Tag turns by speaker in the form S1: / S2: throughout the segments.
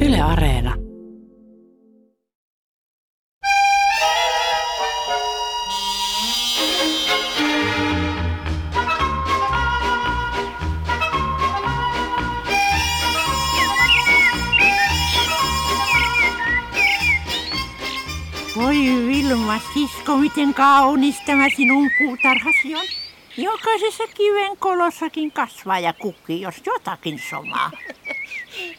S1: Yle Areena.
S2: Voi Vilma, sisko, miten kaunis tämä sinun puutarhasi on. Jokaisessa kiven kolossakin kasvaa ja kukki, jos jotakin somaa.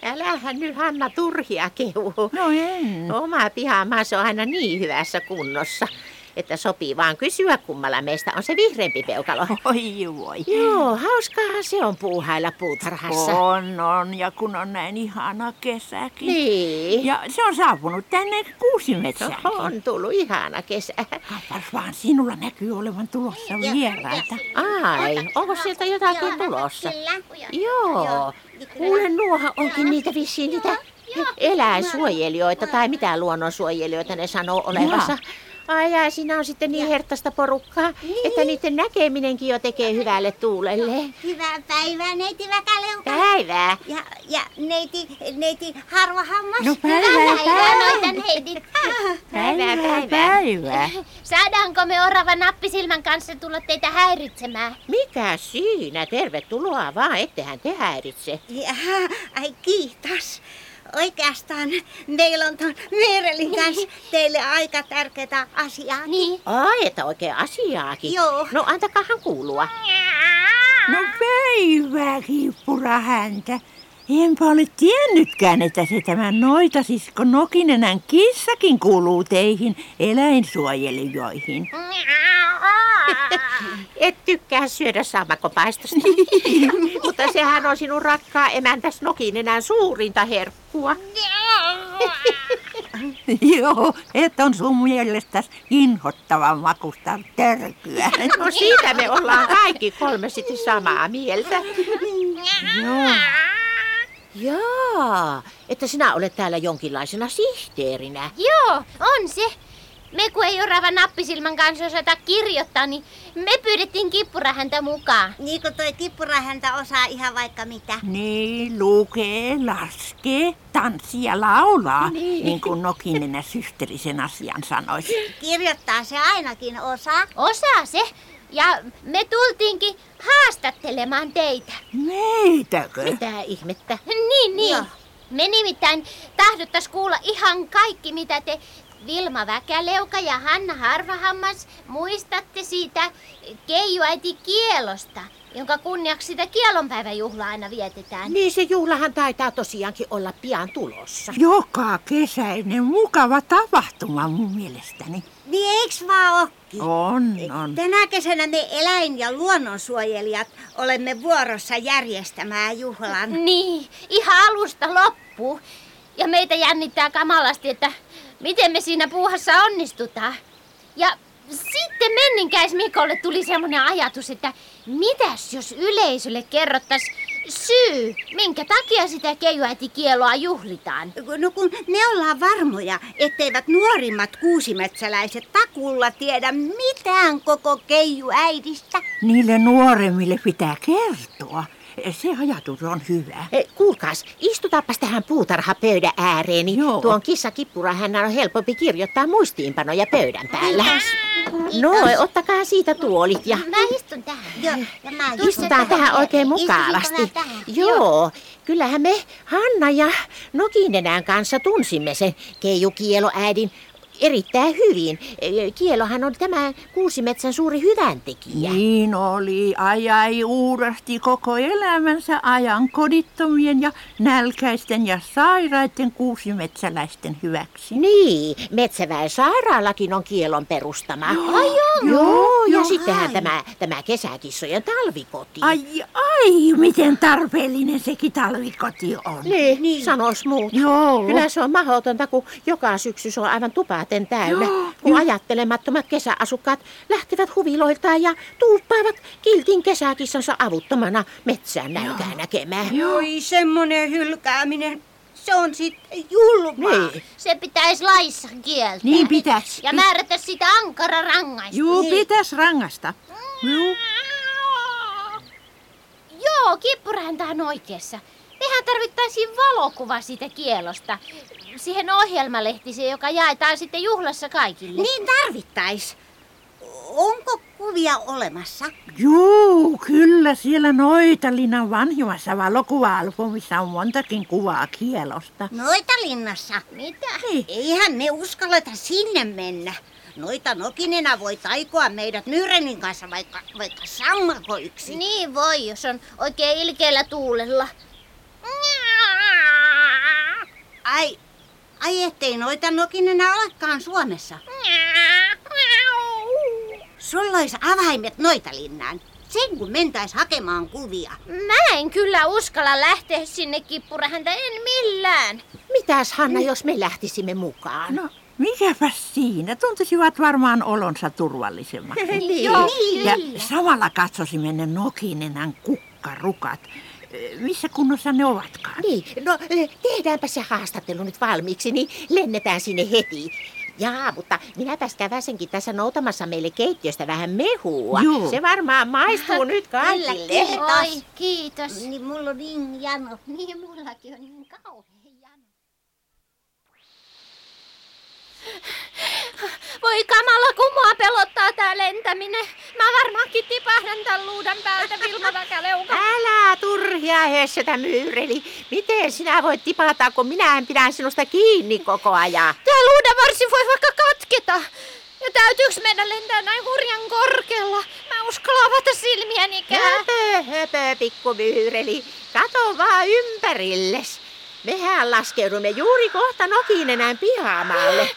S3: Älähän nyt Hanna turhia kehu.
S2: No en.
S3: Oma pihamaaso on aina niin hyvässä kunnossa, että sopii vaan kysyä kummalla meistä on se vihreämpi peukalo.
S2: Oi voi.
S3: Joo, hauskaahan se on puuhailla puutarhassa.
S2: On, on, ja kun on näin ihana kesäkin.
S3: Niin.
S2: Ja se on saapunut tänne kuusimetsään.
S3: On tullut ihana kesä.
S2: Kappas vaan, sinulla näkyy olevan tulossa vieraita.
S3: Ai, onko sieltä jotakin tulossa? Joo. Kuule, nuohan onkin niitä vissiin niitä eläinsuojelijoita tai mitä luonnonsuojelijoita ne sanoo olevansa. Ai ai, siinä on sitten niin herttaista porukkaa, että niiden näkeminenkin jo tekee hyvälle tuulelle.
S4: Hyvää päivää, neiti Väkäleuka.
S3: Päivää.
S4: Ja, ja neiti, neiti Harvahammas.
S2: No päivää,
S4: noita neidit.
S3: Päivää, päivää.
S2: päivää.
S5: Saadaanko me orava nappisilmän kanssa tulla teitä häiritsemään?
S3: Mikä siinä? Tervetuloa vaan, ettehän te häiritse.
S4: Jaha, ai kiitos. Oikeastaan meillä on tuon Meerelin kanssa teille aika tärkeää asiaa.
S5: Niin.
S3: Ai, että oikein asiaakin.
S4: Joo.
S3: No antakaahan kuulua.
S2: No päivää, kippura häntä. Enpä ole tiennytkään, että se tämä noita sisko Nokinenän kissakin kuuluu teihin eläinsuojelijoihin.
S3: Et tykkää syödä sammakopaistosta. Mutta sehän on sinun rakkaa emäntäs Nokinenän suurinta herkkua.
S2: Joo, et on sun mielestäs inhottavan makusta törkyä.
S3: No siitä me ollaan kaikki kolme sitten samaa mieltä. No.
S2: Joo.
S3: Jaa, että sinä olet täällä jonkinlaisena sihteerinä.
S5: Joo, on se. Me kun ei orava nappisilmän kanssa osata kirjoittaa, niin me pyydettiin kippurahäntä mukaan.
S4: Niin kuin toi kippura häntä osaa ihan vaikka mitä.
S2: Niin, lukee, laskee, tanssia ja laulaa, niin, niin kuin Nokinenä systeri sen asian sanoisi.
S4: Kirjoittaa se ainakin osaa.
S5: Osaa se. Ja me tultiinkin haastattelemaan teitä.
S2: Meitäkö?
S3: Mitä ihmettä?
S5: Niin, niin.
S4: Joo.
S5: Me nimittäin tahdottais kuulla ihan kaikki, mitä te Vilma Väkäleuka ja Hanna Harvahammas muistatte siitä Keijuäiti Kielosta, jonka kunniaksi sitä kielonpäiväjuhlaa aina vietetään.
S3: Niin se juhlahan taitaa tosiaankin olla pian tulossa.
S2: Joka kesäinen mukava tapahtuma mun mielestäni.
S4: Niin eiks vaan ookki?
S2: On,
S3: e-
S2: on.
S4: Tänä kesänä me eläin- ja luonnonsuojelijat olemme vuorossa järjestämään juhlan.
S5: Niin, ihan alusta loppuun. Ja meitä jännittää kamalasti, että miten me siinä puuhassa onnistutaan. Ja sitten menninkäis Mikolle tuli semmoinen ajatus, että mitäs jos yleisölle kerrottaisiin syy, minkä takia sitä kejuäitikieloa juhlitaan.
S4: No kun me ollaan varmoja, etteivät nuorimmat kuusimetsäläiset takuulla tiedä mitään koko keijuäidistä.
S2: Niille nuoremmille pitää kertoa. Se ajatus on hyvä.
S3: He, E, kuulkaas, istutaapas tähän puutarhapöydän ääreen, niin
S2: Joo.
S3: tuon kissakippura hän on helpompi kirjoittaa muistiinpanoja pöydän päällä. No, ottakaa siitä tuolit ja
S5: Mä istun tähän.
S4: Joo, ja mä
S3: istutaan tähän oikein mukavasti. Joo, kyllähän me Hanna ja Nokinenään kanssa tunsimme sen keijukieloäidin erittäin hyvin. E, Kielohan on tämä kuusimetsän suuri hyväntekijä.
S2: Niin oli, ajai uurasti koko elämänsä ajan kodittomien ja nälkäisten ja sairaiden kuusimetsäläisten hyväksi.
S3: Niin, Metsäväen sairaalakin on kielon perustama. Ai joo, joo, ja sittenhän tämä, tämä kesäkissojen talvikoti.
S2: Ai, ai, miten tarpeellinen sekin talvikoti on.
S3: niin, niin. sanos muut.
S2: Joo.
S3: Kyllä se on mahdotonta, kun joka syksy se on aivan tupaten täynnä, kun ajattelemattomat kesäasukkaat lähtevät huviloiltaan ja tuuppaavat kiltin kesäkissansa avuttomana metsään nälkää näkemään.
S4: Oi, semmonen hylkääminen. Se on sitten julmaa.
S3: Niin.
S5: Se pitäisi laissa kieltää.
S2: Niin pitäisi.
S5: Ja määrätä sitä ankara rangaistus.
S2: Juu,
S3: Niin.
S4: Niin.
S2: pitäis rangaista. Juu.
S5: Joo, kippuräntä on oikeassa. Mehän tarvittaisiin valokuva siitä kielosta. Siihen ohjelmalehtiseen, joka jaetaan sitten juhlassa kaikille.
S6: Niin tarvittais. Onko kuvia olemassa?
S2: Juu, kyllä siellä Noitalinnan vanhimmassa valokuva-albumissa on montakin kuvaa kielosta.
S3: No
S6: Noita linnassa.
S5: Mitä?
S2: Niin.
S6: Eihän me uskalleta sinne mennä. Noita nokinena voi taikoa meidät Myrenin kanssa vaikka, vaikka sammakoiksi.
S5: Niin voi, jos on oikein ilkeällä tuulella.
S6: Ai, ai ettei noita nokinena olekaan Suomessa. Sulla olisi avaimet noita linnaan. Sen kun mentäis hakemaan kuvia.
S5: Mä en kyllä uskalla lähteä sinne kippurahäntä, en millään.
S3: Mitäs Hanna, jos me lähtisimme mukaan?
S2: Niin. No, mikäpäs siinä? Tuntisivat varmaan olonsa turvallisemmaksi.
S3: niin,
S5: Joo,
S2: Ja
S5: kyllä.
S2: samalla katsosimme ne Nokinenan kukkarukat. Ö, Missä kunnossa ne ovatkaan?
S3: Niin, no eh, tehdäänpä se haastattelu nyt valmiiksi, niin lennetään sinne heti. Jaa, mutta minäpäs käväsenkin tässä noutamassa meille keittiöstä vähän mehua.
S2: Juu.
S3: Se varmaan maistuu nyt kaikille.
S6: Kiitos.
S5: Oi, kiitos.
S6: Niin mulla on niin jano.
S5: Niin mullakin on niin kauhean jano. Voi kamala, kun mua pelottaa tää lentäminen. Mä varmaankin tipahdan tän luudan päältä vilmaväkäleuka.
S3: Älä turhia hössötä myyreli. Miten sinä voit tipata, kun minä en pidä sinusta kiinni koko ajan?
S5: Tää luudan varsi voi vaikka katketa. Ja täytyyks meidän lentää näin hurjan korkealla? Mä uskalla avata silmiänikään.
S3: Höpö, höpö, pikku myyreli. Kato vaan ympärilles. Mehän laskeudumme juuri kohta Nokinenän pihamaalle.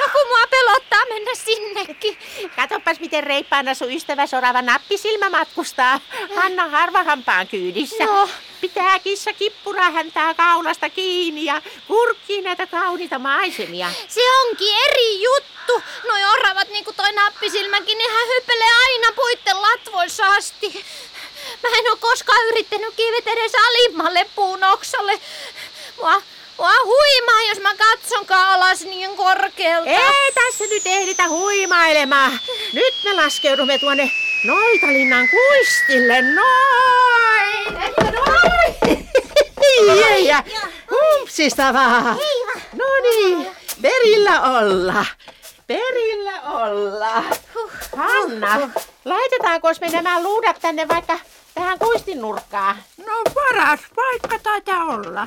S5: No kun mua pelottaa mennä sinnekin.
S3: Katopas, miten reippaana sun ystävä sorava nappisilmä matkustaa. Hanna harvahampaan kyydissä.
S5: No.
S3: Pitää kissa kippura häntää kaulasta kiinni ja kurkkii näitä kauniita maisemia.
S5: Se onkin eri juttu. Noi oravat, niinku toi nappisilmäkin, nehän hypelee aina puitten latvoissa asti. Mä en oo koskaan yrittänyt kivet edes alimmalle puun oksalle. Mua, mua huimaa, jos mä katsonkaan alas niin korkealta.
S3: Ei tässä nyt ehditä huimailemaan. Nyt me laskeudumme tuonne Noitalinnan kuistille. Noin! Noin! Ja humpsista vaan. No niin, perillä olla. Perillä olla. Hanna, laitetaanko me nämä luudat tänne vaikka tähän kuistin nurkkaan?
S2: No paras paikka taitaa olla.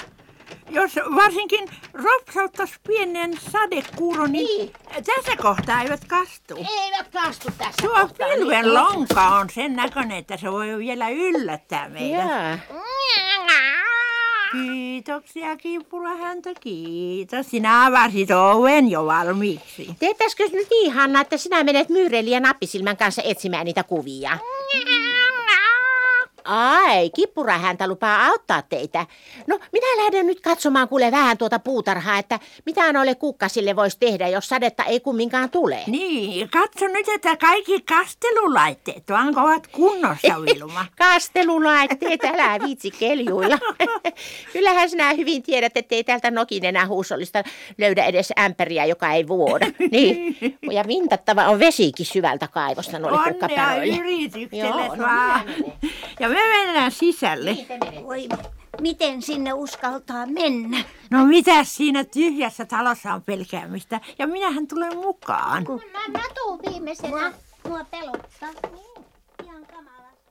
S2: Jos varsinkin ropsauttaisi pienen sadekuuro, niin, tässä kohtaa eivät kastu.
S3: Eivät kastu tässä
S2: Tuo
S3: niin
S2: pilven lonka on sen näköinen, että se voi vielä yllättää meidät.
S3: Jaa.
S2: Kiitoksia, kippurahäntä, kiitos. Sinä avasit oven jo valmiiksi.
S3: Tehtäisikö nyt niin, Hanna, että sinä menet myyreli ja nappisilmän kanssa etsimään niitä kuvia? Ai, kippurahäntä lupaa auttaa teitä. No, minä lähden nyt katsomaan kuule vähän tuota puutarhaa, että mitä noille kukkasille voisi tehdä, jos sadetta ei kumminkaan tule.
S2: Niin, katso nyt, että kaikki kastelulaitteet vaan ovat kunnossa, Vilma.
S3: Kastelulaitteet, älä viitsi keljuilla. Kyllähän sinä hyvin tiedät, ettei täältä nokin enää huusollista löydä edes ämpäriä, joka ei vuoda. Niin. Ja vintattava on vesikin syvältä kaivosta noille
S2: Onnea
S3: kukkapäroille.
S2: yritykselle
S3: Joo, no
S2: vaan. Ja me mennään sisälle.
S6: Voi, miten sinne uskaltaa mennä?
S2: No mitä siinä tyhjässä talossa on pelkäämistä? Ja minähän tulen mukaan.
S5: Mä, mä tuun viimeisenä.
S6: Mua pelottaa. Ihan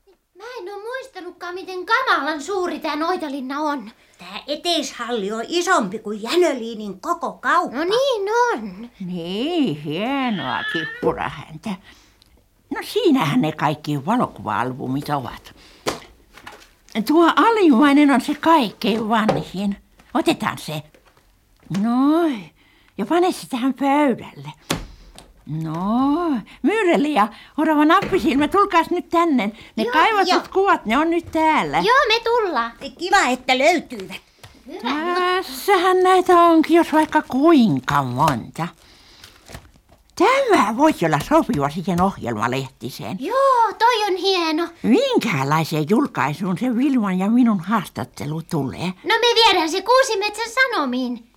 S5: Niin, Mä en oo muistanutkaan, miten kamalan suuri tää noitalinna on.
S6: Tää eteishalli on isompi kuin Jänöliinin koko kauppa.
S5: No niin on.
S2: Niin, hienoa kippurahäntä. No siinähän ne kaikki valokuva-albumit ovat. Tuo alimmainen on se kaikkein vanhin. Otetaan se. Noin. Ja pane se tähän pöydälle. No, Myyreli ja Orava Nappisilmä, tulkaas nyt tänne. Ne
S5: Joo,
S2: kaivatut
S5: joo.
S2: kuvat, ne on nyt täällä.
S5: Joo, me tullaan.
S6: Kiva, että löytyivät.
S2: Tässähän näitä onkin, jos vaikka kuinka monta. Tämä voisi olla sopiva siihen ohjelmalehtiseen.
S5: Joo, toi on hieno.
S2: Minkälaiseen julkaisuun se Vilman ja minun haastattelu tulee,
S5: No me viedään se Kuusimetsän Sanomiin.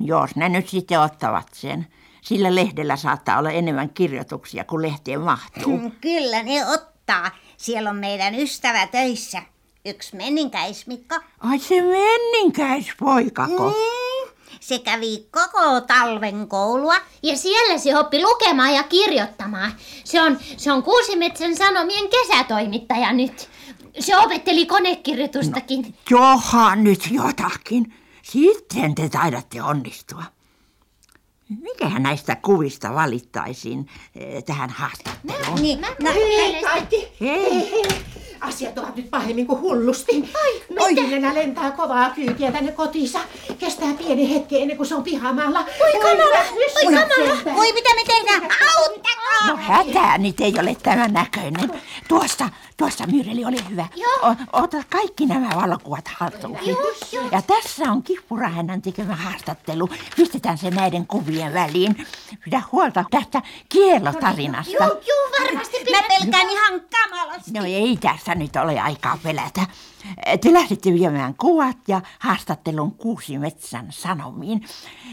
S2: jos ne nyt sitten ottavat sen. Sillä lehdellä saattaa olla enemmän kirjoituksia kuin lehteen mahtuu.
S6: Mm, Kyllä ne ottaa. Siellä on meidän ystävä töissä.
S4: Yksi menninkäismikko.
S2: Ai se menninkäispoikako.
S4: Mm, se kävi koko talven koulua.
S5: Ja siellä se oppi lukemaan ja kirjoittamaan. Se on, se on Kuusimetsän Sanomien kesätoimittaja nyt. Se opetteli konekirjoitustakin.
S2: Johan nyt jotakin. Sitten te taidatte onnistua. Mikähän näistä kuvista valittaisiin eh, tähän haastatteluun?
S4: Niin,
S5: Mä
S4: no,
S5: mielestä-
S3: kaikki.
S2: Hei,
S3: Asiat ovat nyt pahemmin kuin hullusti. Oi, nenä lentää kovaa kyytiä tänne kotiinsa. Kestää pieni hetki ennen kuin se on pihamalla. Oi, kamala, oi, kamala.
S4: voi mitä me tehdään? Auttakaa!
S2: no hätää nyt ei ole tämän näköinen. Tuossa, tuossa myyreli, ole hyvä. O, ota kaikki nämä valokuvat haltuun. Ja tässä on Kippurahänän tekemä haastattelu. Pistetään se näiden kuvien väliin. Pidä huolta tästä kielotarinasta.
S5: Juu, varmasti
S4: Mä
S5: pidät.
S4: pelkään ihan kamalasti.
S2: No ei tässä nyt ole aikaa pelätä. Te lähdette viemään kuvat ja haastattelun Kuusimetsän sanomiin.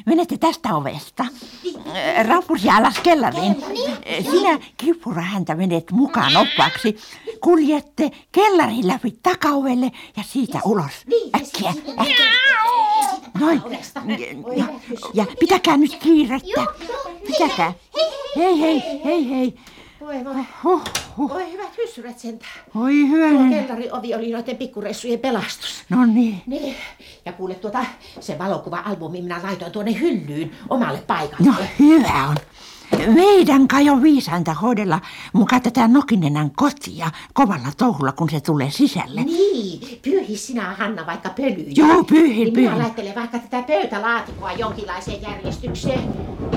S2: Menette tästä ovesta.
S3: Niin.
S2: Äh, Rapusia alas kellariin.
S3: No
S2: Äh, Sinä, Kipura, häntä menet mukaan oppaaksi. Kuljette kellarin läpi takaovelle ja siitä ulos. Äkkiä, äkkiä. Noin.
S3: Niin.
S2: Ja, ja pitäkää nyt kiirettä. Pitäkää. Hei, hei, hei, hei.
S3: Voi, voi.
S2: Huh, huh.
S3: Voi hyvät hyssyrät sentään.
S2: Oi
S3: Tuo
S2: hyvänen.
S3: kellarin ovi oli noiden pikkureissujen pelastus.
S2: No niin.
S3: Niin. Ja kuule tuota, se valokuva-albumi minä laitoin tuonne hyllyyn omalle paikalle.
S2: No hyvä on. Meidän kai on viisainta hoidella muka tätä Nokinenän kotia kovalla touhulla, kun se tulee sisälle.
S3: Niin, pyyhi sinä Hanna vaikka pölyjä.
S2: Joo, pyyhin,
S3: niin
S2: pyyhin.
S3: Minä laittelen vaikka tätä pöytälaatikkoa jonkinlaiseen järjestykseen.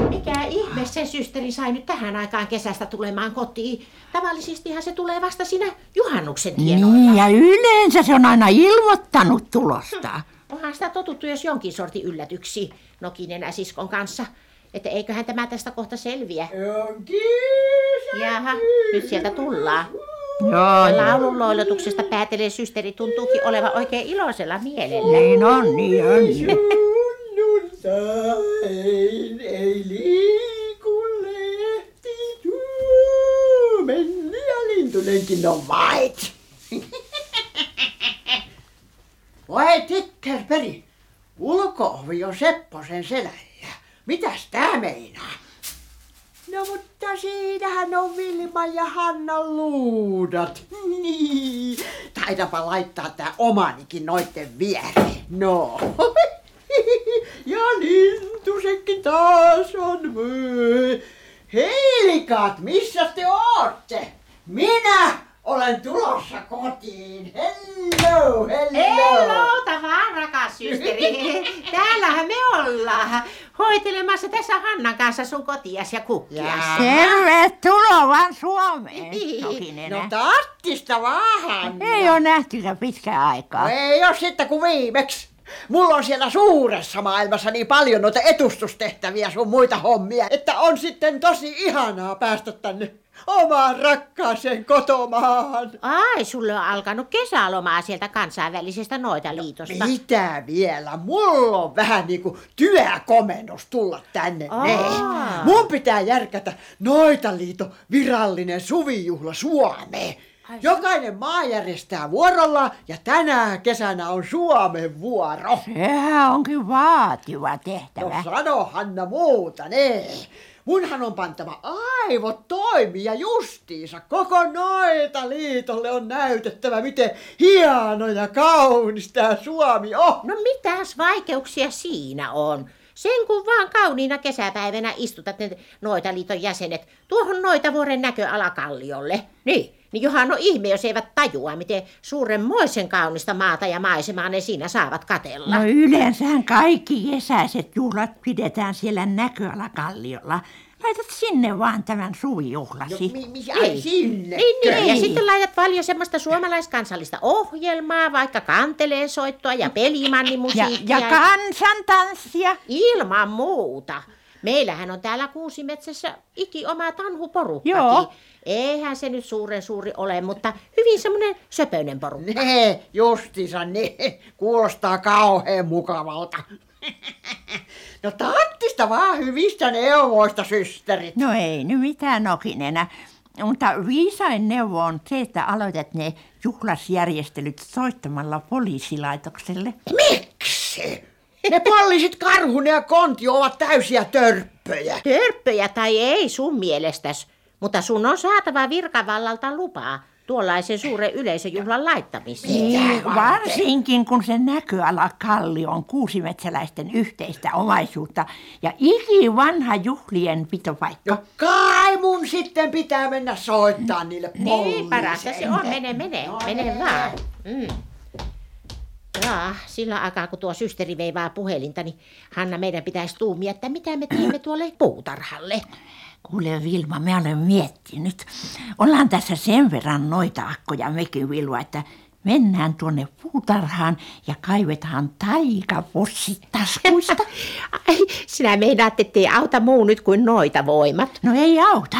S3: Mikä ihme se systeri sai nyt tähän aikaan kesästä tulemaan kotiin? Tavallisestihan se tulee vasta sinä juhannuksen tienoilla.
S2: Niin, ja yleensä se on aina ilmoittanut tulosta.
S3: Onhan sitä totuttu jos jonkin sortin yllätyksiin Nokinenä siskon kanssa. Että eiköhän tämä tästä kohta selviä. Jaha, nyt sieltä tullaan.
S2: Joo,
S3: Laulun loilotuksesta päätelee systeri tuntuukin olevan oikein iloisella mielellä.
S2: niin on, niin on.
S7: Sunnuntain ei liiku lehti huomenna ja lintunenkin on vait. Voi tikkerperi, ulkoovi on Sepposen selällä. Mitäs tää meinaa? No mutta siinähän on Vilman ja Hannan luudat. Niin. Taitapa laittaa tää omanikin noitten viereen. No. Ja lintusekin taas on myy. Heilikat, missä te ootte? Minä olen tulossa kotiin. Hello, hello.
S3: Hello, vaan rakas systeri. Täällähän me ollaan. Hoitelemassa tässä Hannan kanssa sun kotias ja kukkias.
S7: Jaa.
S2: Tervetuloa No, vaan Suomeen,
S7: No
S3: Niin.
S2: Nokinenä.
S7: tarttista vaan.
S2: Ei ole nähtykään pitkään aikaa.
S7: No Ei ole sitten kuin viimeksi. Mulla on siellä suuressa maailmassa niin paljon noita etustustehtäviä sun muita hommia, että on sitten tosi ihanaa päästä tänne omaan rakkaaseen kotomaahan.
S3: Ai, sulle on alkanut kesälomaa sieltä kansainvälisestä noitaliitosta.
S7: Mitä vielä? Mulla on vähän niinku työkomennus tulla tänne.
S3: Aa.
S7: Niin. Mun pitää järkätä Noitaliiton virallinen suvijuhla Suomeen. Jokainen maa järjestää vuorollaan ja tänä kesänä on Suomen vuoro.
S2: Sehän onkin vaativa
S7: No
S2: tehtävä.
S7: sano Hanna muuta, nee. Munhan on pantava aivot toimia justiinsa. Koko noita liitolle on näytettävä, miten hieno ja kaunis tää Suomi on.
S3: No mitäs vaikeuksia siinä on? Sen kun vaan kauniina kesäpäivänä istutat ne Noitaliiton jäsenet tuohon Noitavuoren näköalakalliolle. Niin, niin johan on ihme, jos eivät tajua, miten suurenmoisen kaunista maata ja maisemaa ne siinä saavat katella.
S2: No yleensähän kaikki kesäiset juhlat pidetään siellä näköalakalliolla. Laitat sinne vaan tämän suvijuhlasi.
S7: No, Mi- mi- ai
S3: Ei.
S7: sinne.
S3: Niin, niin. Ja
S2: Ei.
S3: sitten laitat paljon semmoista suomalaiskansallista ohjelmaa, vaikka kanteleen soittoa ja
S2: Ja,
S3: pelimannimusiikkia.
S2: ja kansantanssia.
S3: Ilman muuta. Meillähän on täällä Kuusimetsässä iki oma tanhuporukkakin.
S2: Joo.
S3: Eihän se nyt suuren suuri ole, mutta hyvin semmoinen söpöinen porukka.
S7: Nee, justiinsa niin. Kuulostaa kauhean mukavalta. No tattista vaan hyvistä neuvoista, systerit.
S2: No ei nyt mitään nokinenä. Mutta viisain neuvo on se, että aloitat ne juhlasjärjestelyt soittamalla poliisilaitokselle.
S7: Miksi? Ne poliisit Karhunen ja Kontio ovat täysiä törppöjä.
S3: Törppöjä tai ei sun mielestäs, mutta sun on saatava virkavallalta lupaa tuollaisen suuren yleisöjuhlan laittamiseen.
S2: Niin, varsinkin kun se näköala kalli on kuusimetsäläisten yhteistä omaisuutta ja ikivanha juhlien pitopaikka.
S7: No kai mun sitten pitää mennä soittaa niille poliiseille.
S3: Niin, parasta se on. Mene, mene,
S7: No niin.
S3: mene vaan. Mm. Jaa, Ah, sillä aikaa kun tuo systeri veivaa puhelinta, niin Hanna meidän pitäisi tuumia, että mitä me teemme tuolle puutarhalle.
S2: Kuule Vilma, mä olen miettinyt. Ollaan tässä sen verran noita akkoja mekin Vilma, että mennään tuonne puutarhaan ja kaivetaan taikapussit taskuista.
S3: Ai, sinä meinaat, ettei auta muu nyt kuin noita voimat.
S2: No ei auta.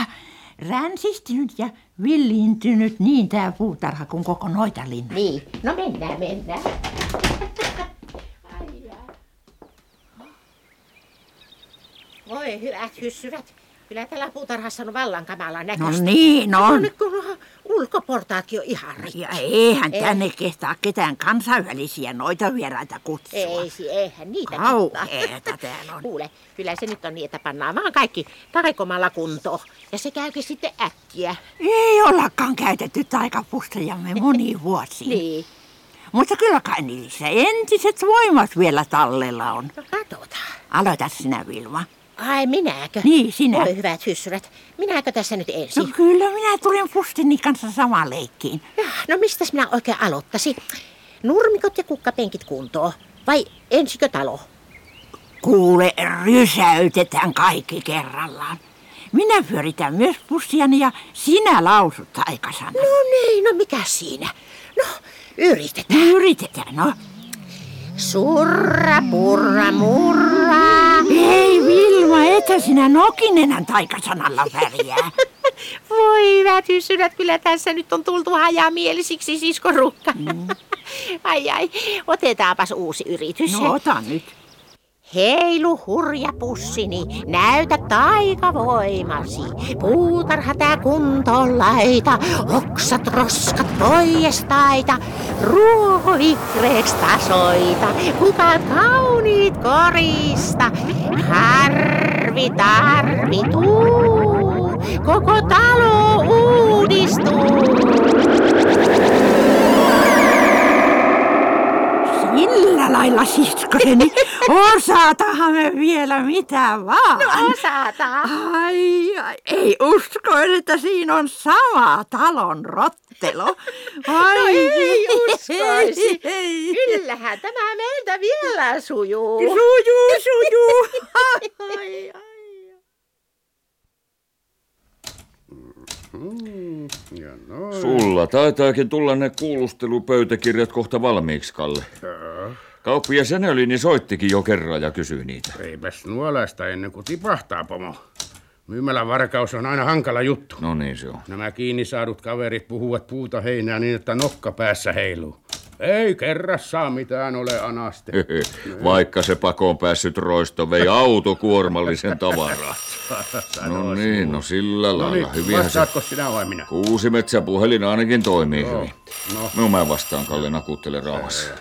S2: Ränsistynyt ja villiintynyt niin tää puutarha kuin koko noitalinna.
S3: Niin, no mennään, mennään. Voi hyvät hyssyrät. Kyllä tällä puutarhassa on vallan kamala
S2: No
S3: näköistä.
S2: niin
S3: No
S2: on.
S3: nyt kun on ulkoportaatkin on ihan rikki.
S2: Ja eihän
S3: Ei.
S2: tänne kehtaa ketään kansainvälisiä noita vieraita kutsua.
S3: Ei, si- eihän niitä kittaa.
S2: Kauheeta täällä on.
S3: Kuule, kyllä se nyt on niin, että pannaan vaan kaikki taikomalla kuntoon. Ja se käykin sitten äkkiä.
S2: Ei ollakaan käytetty taikapustajamme moni vuosi.
S3: Niin.
S2: Mutta kyllä kai niissä entiset voimat vielä tallella on.
S3: No katsotaan.
S2: Aloita sinä, Vilma.
S3: Ai minäkö?
S2: Niin, sinä.
S3: Voi hyvät hyssyrät. Minäkö tässä nyt ensin?
S2: No kyllä, minä tulin Pustini kanssa samaan leikkiin.
S3: Ja, no mistäs minä oikein aloittaisin? Nurmikot ja kukkapenkit kuntoon. Vai ensikö talo?
S2: Kuule, rysäytetään kaikki kerrallaan. Minä pyöritän myös pussiani ja sinä lausut taikasana.
S3: No niin, no mikä siinä? No, yritetään.
S2: No. Yritetään, no.
S3: Surra, purra, murra.
S2: Ei Vilma, etä sinä nokinenän taikasanalla pärjää.
S3: Voi hyvät hyssyrät, kyllä tässä nyt on tultu hajamielisiksi, siskorukka. Mm. Ai ai, otetaanpas uusi yritys.
S2: No ota nyt.
S3: Heilu hurja pussini, näytä taikavoimasi. Puutarha tää kuntoon laita, oksat roskat pois taita. Ruoho vihreäks tasoita, kukat kauniit korista. Harvi tarvi tuu, koko talo uudistuu.
S2: Sillä lailla, siskoseni. Osaatahan me vielä mitä vaan.
S3: No, Osataan.
S2: Ah. Ai, ai, ei usko, että siinä on sama talon rottelo. Ai, no
S3: ei uskoisi.
S2: Ei.
S3: Kyllähän tämä meiltä vielä sujuu.
S2: Sujuu, sujuu. Ai, ai.
S8: Mm,
S9: Sulla taitaakin tulla ne kuulustelupöytäkirjat kohta valmiiksi, Kalle. Kauppias Enölini soittikin jo kerran ja kysyi niitä.
S8: Eipäs nuolaista ennen kuin tipahtaa, pomo. Myymälän varkaus on aina hankala juttu.
S9: No niin se on.
S8: Nämä kiinni saadut kaverit puhuvat puuta heinää niin, että nokka päässä heiluu. Ei kerrassa mitään ole anaste.
S9: Höhö. Vaikka se pakoon päässyt roisto vei autokuormallisen tavaraa. No niin, no sillä
S8: No niin,
S9: lailla. Hyvinhän se
S8: vastaatko sinä vai minä?
S9: Kuusi metsäpuhelin ainakin toimii
S8: Joo.
S9: hyvin.
S8: No.
S9: No mä vastaan, Kalle nakuttele rauhassa.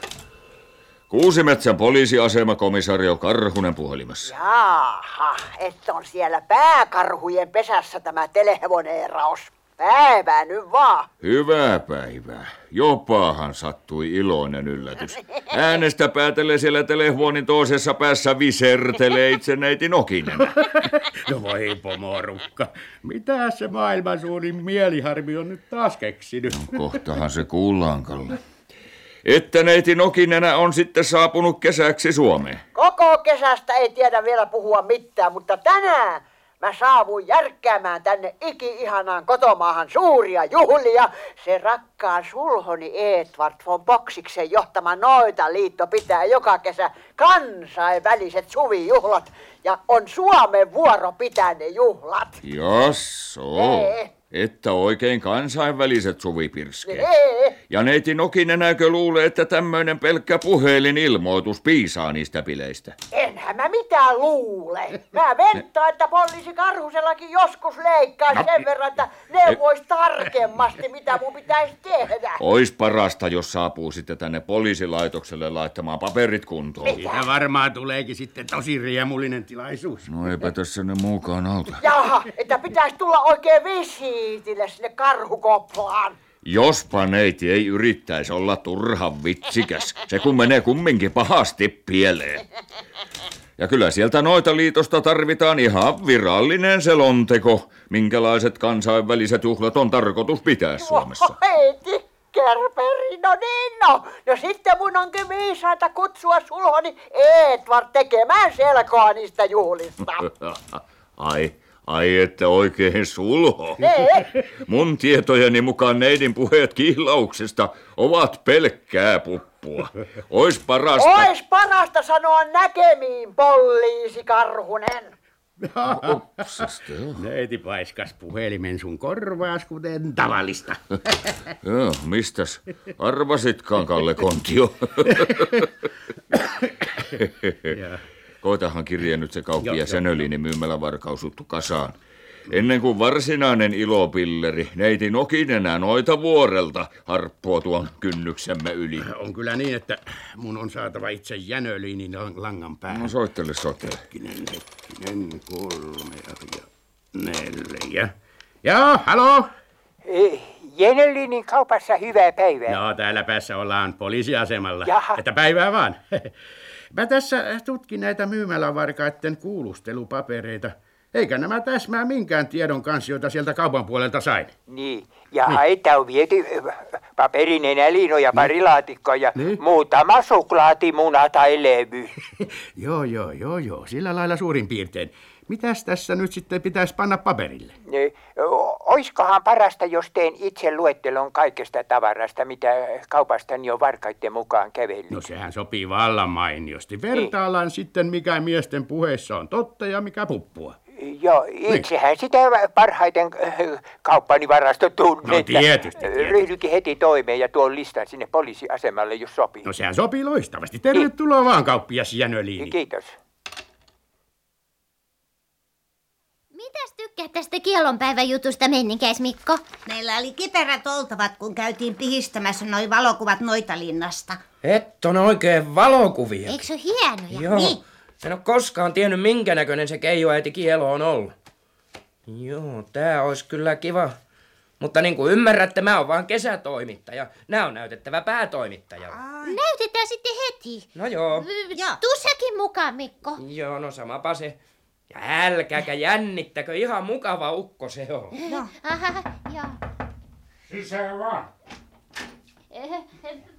S9: Kuusimetsän poliisiasema komisario Karhunen puhelimessa.
S10: Jaaha, että on siellä pääkarhujen pesässä tämä telehevoneeraus. Päivää nyt vaan.
S9: Hyvää päivää. Jopahan sattui iloinen yllätys. Äänestä päätellen siellä telehuoneen toisessa päässä visertelee itse neiti Nokinenä.
S8: No voi pomorukka. Mitä se maailman suurin mieliharmi on nyt taas keksinyt?
S9: No, Kohtahan se kuullaan, Kalle. Että neiti Nokinenä on sitten saapunut kesäksi Suomeen.
S10: Koko kesästä ei tiedä vielä puhua mitään, mutta tänään mä saavuin järkkäämään tänne iki-ihanaan kotomaahan suuria juhlia. Se rakkaan sulhoni Edward von Boksiksen johtama noita liitto pitää joka kesä kansainväliset suvijuhlat ja on Suomen vuoro pitää ne juhlat.
S9: Jasso.
S10: Ei,
S9: Että oikein kansainväliset suvipirskeet.
S7: Niin, Ei,
S9: Ja neiti Nokinenäkö luulee, että tämmöinen pelkkä puhelinilmoitus piisaa niistä bileistä?
S7: enhän mä mitään luule. Mä venttaan, että poliisi Karhusellakin joskus leikkaa
S9: No,
S7: sen verran, että neuvoisi tarkemmasti, mitä mun pitäisi tehdä.
S9: Ois parasta, jos saapuu sitten tänne poliisilaitokselle laittamaan paperit kuntoon.
S8: Siitä varmaan tuleekin sitten tosi riemullinen tilaisuus.
S9: No eipä tässä ne muukaan auta.
S7: Jaha, että pitäisi tulla oikein visiitille sinne karhukoplaan.
S9: Jospa neiti ei yrittäisi olla turhan vitsikäs. Se kun menee kumminkin pahasti pieleen. Ja kyllä sieltä noita liitosta tarvitaan ihan virallinen selonteko, minkälaiset kansainväliset juhlat on tarkoitus pitää Suomessa.
S7: Voi tikkerperi, no niin no. No sitten mun onkin viisaita kutsua sulhoni Edward tekemään selkoa niistä juhlista.
S9: Ai, ai että oikein sulho.
S7: Ei,
S9: Mun tietojeni mukaan neidin puheet kihlauksista ovat pelkkää puppua. Ois parasta...
S7: ois parasta sanoa näkemiin, poliisi Karhunen.
S9: Opsasta, joo.
S8: Neiti paiskas puhelimen sun korvaas, kuten tavallista.
S9: Joo, mistäs? Arvasitkaan, Kalle Kontio. Koitahan kirje nyt se kauppia Senölini myymälävarkaus juttu niin kasaan. Ennen kuin varsinainen ilopilleri, neiti Nokinenä noita vuorelta harppoo tuon kynnyksemme yli.
S8: On kyllä niin, että mun on saatava itse jänöliinin lang- langan päähän.
S9: No soittele soitele.
S8: Hetkinen, hetkinen, kolme ja neljä. Joo, haloo?
S11: Jenelinin Eh, kaupassa hyvää päivää.
S8: No, täällä päässä ollaan poliisiasemalla.
S11: Jaha.
S8: Että päivää vaan. Mä tässä tutkin näitä myymälävarkaiden kuulustelupapereita. Eikä nämä täsmää minkään tiedon kanssa, joita sieltä kaupan puolelta sain.
S11: Niin. Ja aita on viety ö, paperinen elino ja pari laatikkoa ja
S8: Niin.
S11: muutama suklaatimuna tai levy.
S8: Joo, joo, joo, joo. Sillä lailla suurin piirtein. Mitäs tässä nyt sitten pitäisi panna paperille?
S11: Niin, o- Oiskohan parasta, jos teen itse luettelon kaikesta tavarasta, mitä kaupastani on varkaiden mukaan kävellyt.
S8: No sehän sopii vallan mainiosti. Vertaillaan sitten, mikä miesten puheessa on totta ja mikä puppua.
S11: Eh, Joo,
S8: Niin.
S11: itsehän sitä parhaiten ö, kauppani varasto tunne.
S8: No tietysti, tietysti.
S11: Ryhdynkin heti toimeen ja tuon listan sinne poliisiasemalle, jos sopii.
S8: No sehän sopii loistavasti. Tervetuloa vaan kauppias Jänöliini.
S11: Kiitos.
S12: Mitäs tykkää tästä kielonpäivän jutusta menninkäis, Mikko?
S5: Meillä oli kiperät oltavat, kun käytiin pihistämässä noi valokuvat Noitalinnasta.
S13: Et on oikein valokuvia.
S12: Eikö se ole hienoja?
S13: Joo.
S12: Niin.
S13: En ole koskaan tiennyt, minkä näköinen se keijuäiti kielo on ollut. Joo, tää olisi kyllä kiva. Mutta niin kuin ymmärrätte, mä oon vaan kesätoimittaja. Nää on näytettävä päätoimittajalle.
S12: Näytetään sitten heti.
S13: No joo.
S5: Joo.
S12: Tuu säkin mukaan, Mikko.
S13: Joo, no samapa se. Ja Älkääkä jännittäkö, ihan mukava ukko se on.
S5: No.
S12: Aha, joo.
S8: Sisään vaan.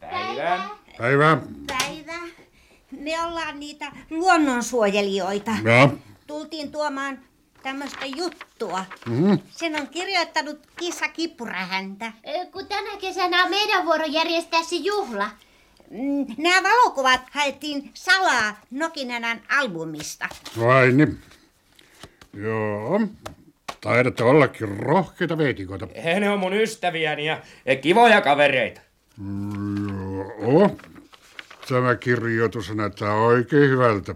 S12: Päivää.
S8: Päivää.
S5: Päivä. Me ollaan niitä luonnonsuojelijoita.
S8: Joo.
S5: Tultiin tuomaan tämmöistä juttua.
S14: mhm,
S5: Sen on kirjoittanut Kisa Kipurahäntä.
S12: Ö, Kun tänä kesänä on meidän vuoro järjestää se juhla.
S5: Mm, Nämä valokuvat haettiin salaa Nokinenän albumista.
S14: Vai niin. Joo. Taidatte ollakin rohkeita veitikoita.
S13: He ne on mun ystäviäni ja ja kivoja kavereita.
S14: Joo. Tämä kirjoitus näyttää oikein hyvältä.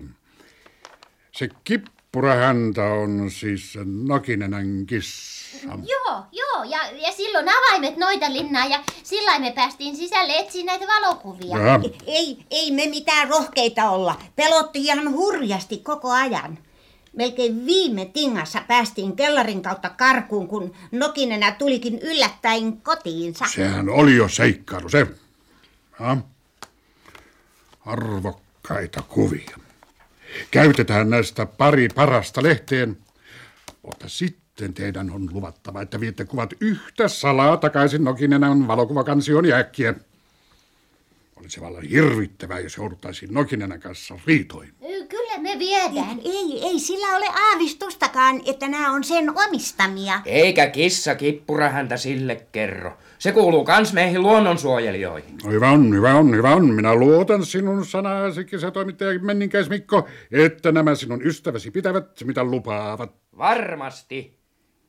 S14: Se kippura häntä on siis Nokinenän kissa.
S12: Joo, joo, ja, ja silloin avaimet noita linnaa ja sillä me päästiin sisälle etsiä näitä valokuvia.
S14: Jaha.
S5: E-, Ei, ei me mitään rohkeita olla. Pelotti ihan hurjasti koko ajan. Melkein viime tingassa päästiin kellarin kautta karkuun, kun Nokinenä tulikin yllättäen kotiinsa.
S14: Sehän oli jo seikkailu, se. Ja. Arvokkaita kuvia. Käytetään näistä pari parasta lehteen, mutta sitten teidän on luvattava, että viette kuvat yhtä salaa takaisin Nokinenän valokuvakansion ja äkkiä. Olisi vallan hirvittävää, jos jouduttaisiin Nokinenän kanssa riitoihin.
S12: Ö, Kyllä me viedään.
S5: Ei, ei sillä ole aavistustakaan, että nämä on sen omistamia.
S13: Eikä kissa kippura häntä sille kerro. Se kuuluu kans meihin luonnonsuojelijoihin.
S14: No hyvä on, hyvä on, hyvä on. Minä luotan sinun sanaasi, kisatoimittaja Menninkäis Mikko, että nämä sinun ystäväsi pitävät, mitä lupaavat.
S13: Varmasti.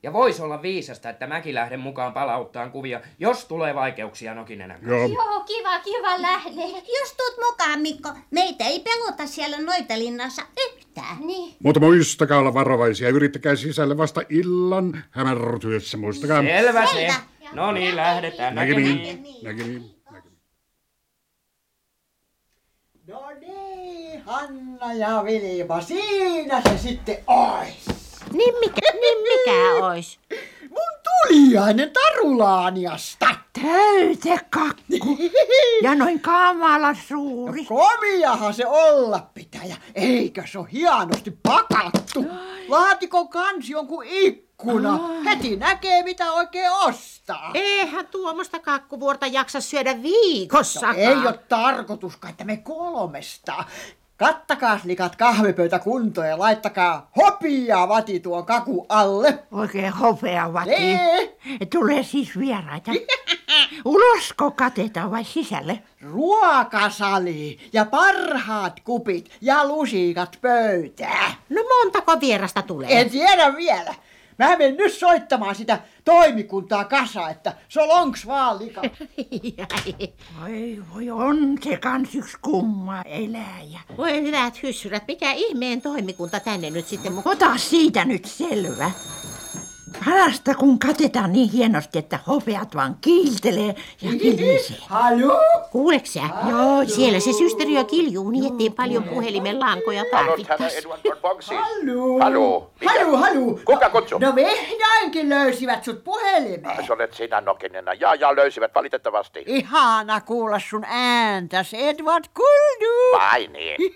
S13: Ja voisi olla viisasta, että mäkin lähden mukaan palauttaan kuvia, jos tulee vaikeuksia Nokinenän kanssa.
S5: Joo, kiva, kiva lähde.
S4: Jos tuut mukaan, Mikko, meitä ei pelota siellä Noitalinnassa yhtään.
S5: Niin.
S14: Mutta muistakaa olla varovaisia. Yrittäkää sisälle vasta illan hämärrytyessä. Muistakaa.
S13: Selvä niin. se. No niin, lähdetään.
S14: Näkemiin. Näkemiin.
S7: No niin, Hanna ja Vilma, siinä se sitten ois.
S3: Niin mikä, niin mikä ois?
S7: Mun tuliainen tarulaaniasta.
S2: Täytekakku. Ja noin kamala suuri.
S7: No Komiahan se olla pitää ja eikö se ole hienosti pakattu. Laatikon kansi on kuin ikkuna. Heti näkee mitä oikein ostaa.
S3: Eihän tuommoista kakkuvuorta jaksa syödä viikossa.
S7: No, Ei ole tarkoituskaan, että me kolmesta. Kattakaa likat kahvipöytä kuntoon ja laittakaa hopia vati tuon kaku alle.
S2: Oikein hopea vati.
S7: Niin.
S2: Tulee siis vieraita. Ulosko kateta vai sisälle?
S7: Ruokasali ja parhaat kupit ja lusikat pöytään.
S3: No montako vierasta tulee?
S7: En tiedä vielä. Mä menen nyt soittamaan sitä toimikuntaa kasa, että se on onks vaan lika.
S2: Oi voi, on se kans yksi kumma eläjä.
S3: Voi hyvät hyssyrät, mikä ihmeen toimikunta tänne nyt sitten mukaan?
S2: Ota siitä nyt selvä. Parasta kun katetaan niin hienosti, että hopeat vaan kiiltelee ja kilisee.
S7: Halo?
S3: Kuuleksä? Joo, No, siellä se systeri jo kiljuu, niettiin paljon puhelimen lankoja tarvittaessa.
S7: Halo?
S15: Halo, mikä?
S7: Halo, halo.
S15: Kuka kutsuu?
S7: No vihdoinkin löysivät sut puhelimeen.
S15: Ai, Se olet sinä nokinena. Ja, ja löysivät valitettavasti.
S7: Ihana kuulla sun ääntäs, Edward Kuldu.
S15: Vai niin?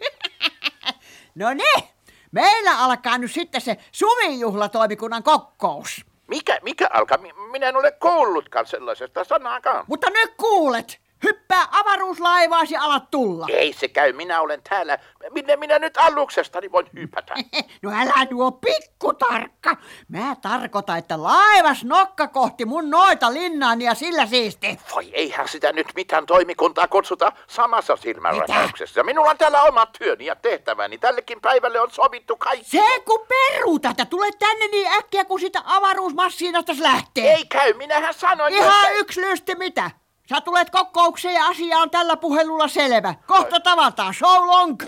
S7: No ne, meillä alkaa nyt sitten se sumijuhlatoimikunnan kokous.
S15: Mikä, mikä alkaa? Mi- Minä en ole kuullutkaan sellaisesta sanaakaan.
S7: Mutta nyt kuulet, hyppää avaruuslaivaasi ala tulla.
S15: Ei se käy, minä olen täällä. Minne minä nyt aluksestani voin hypätä?
S7: No älä nuo pikkutarkka. Mä tarkoitan, että laivas nokka kohti mun noita linnaani ja sillä siisti.
S15: Voi eihän sitä nyt mitään toimikuntaa kutsuta samassa silmänräkäyksessä. Minulla on täällä omat työni ja tehtäväni. Tällekin päivälle on sovittu kaikki.
S7: Se kun peruuta, että tule tänne niin äkkiä kun sitä avaruusmassiinasta lähtee.
S15: Ei käy, minähän sanoin, jo,
S7: Ihan
S15: että...
S7: yksi lysti mitä. Sä tulet kokoukseen ja asia on tällä puhelulla selvä. Kohta tavataan. So long.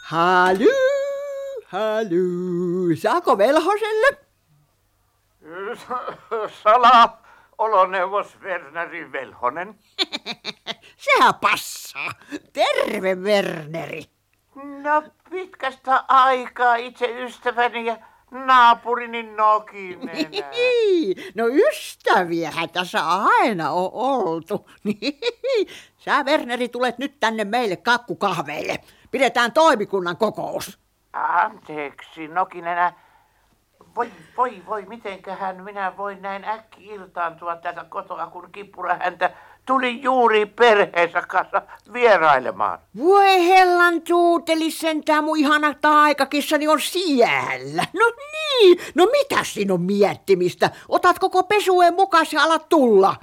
S7: Halu, halu. Saako velhoselle?
S16: Sala, oloneuvos Werneri Velhonen.
S7: Sehän passaa. Terve, Werneri.
S16: No pitkästä aikaa itse ystäväni ja naapurini Nokinen.
S7: No ystäviähän tässä aina on oltu. Sä, Werneri, tulet nyt tänne meille kakkukahveille. Pidetään toimikunnan kokous.
S16: Anteeksi, Nokinenä. Voi, voi, voi, mitenköhän minä voin näin äkki iltaantua täältä kotoa, kun kippura häntä tuli juuri perheensä kanssa vierailemaan.
S7: Voi hellan tuuteli sentään mun ihana taikakissani on siellä. No niin, no mitä siinä on miettimistä? Otat koko pesueen mukaan ja alat tulla.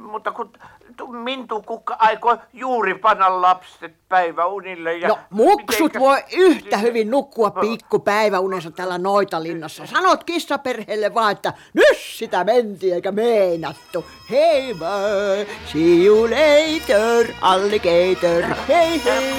S16: Mutta kun tu- Mintu kukka aikoi juuri panna lapset päiväunille ja...
S7: No muksut
S16: mitenkä-
S7: voi yhtä hyvin nukkua pikkupäiväunensa täällä Noitalinnassa. Sanot kissaperheelle vaan, että nyt sitä mentiin eikä meinattu. Hei vaan, see you later, alligator. Hei hei.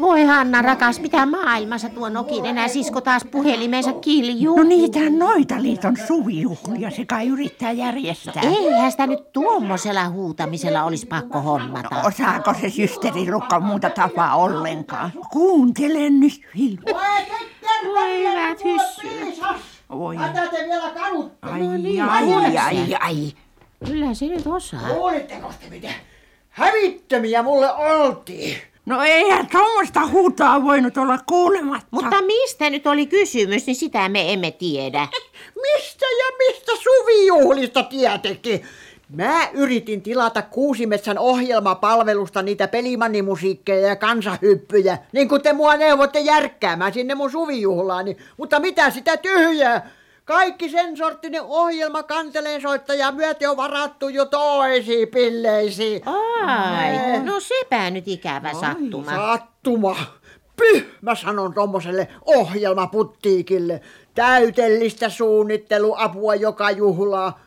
S3: Voi Hanna rakas, mitä maailmassa tuo nokin enää sisko taas puhelimeensa kiljuu?
S2: No niitä noita liiton suvijuhlia se kai yrittää järjestää.
S3: Eihän sitä nyt tuommoisella huutamisella olisi pakko hommata.
S2: No, Osaako se systeri Lukka muuta tapaa ollenkaan? Kuuntele nyt, Hilma.
S3: Voi hyvät hyssyt.
S2: Voi.
S7: Tätä te vielä kadutta.
S2: Ai, ai, ai, ai.
S3: Kyllä se nyt osaa.
S7: Kuulitteko te mitä? Hävittömiä mulle oltiin.
S2: No eihän tuommoista huutaa voinut olla kuulematta.
S3: Mutta mistä nyt oli kysymys, niin sitä me emme tiedä.
S7: Mistä ja mistä suvijuhlista tietenkin? Mä yritin tilata Kuusimetsän ohjelmapalvelusta niitä pelimannimusiikkeja ja kansahyppyjä, niin kuin te mua neuvotte järkkäämään sinne mun suvijuhlaani, mutta mitä sitä tyhjää? Kaikki sen sorttinen ohjelma kanteleen soittajaa myöten on varattu jo toisiin pilleisiin.
S3: Ai, no sepä nyt ikävä sattuma.
S7: Sattuma. Pyh, mä sanon tommoselle ohjelmaputtiikille. Täytellistä suunnitteluapua joka juhlaa.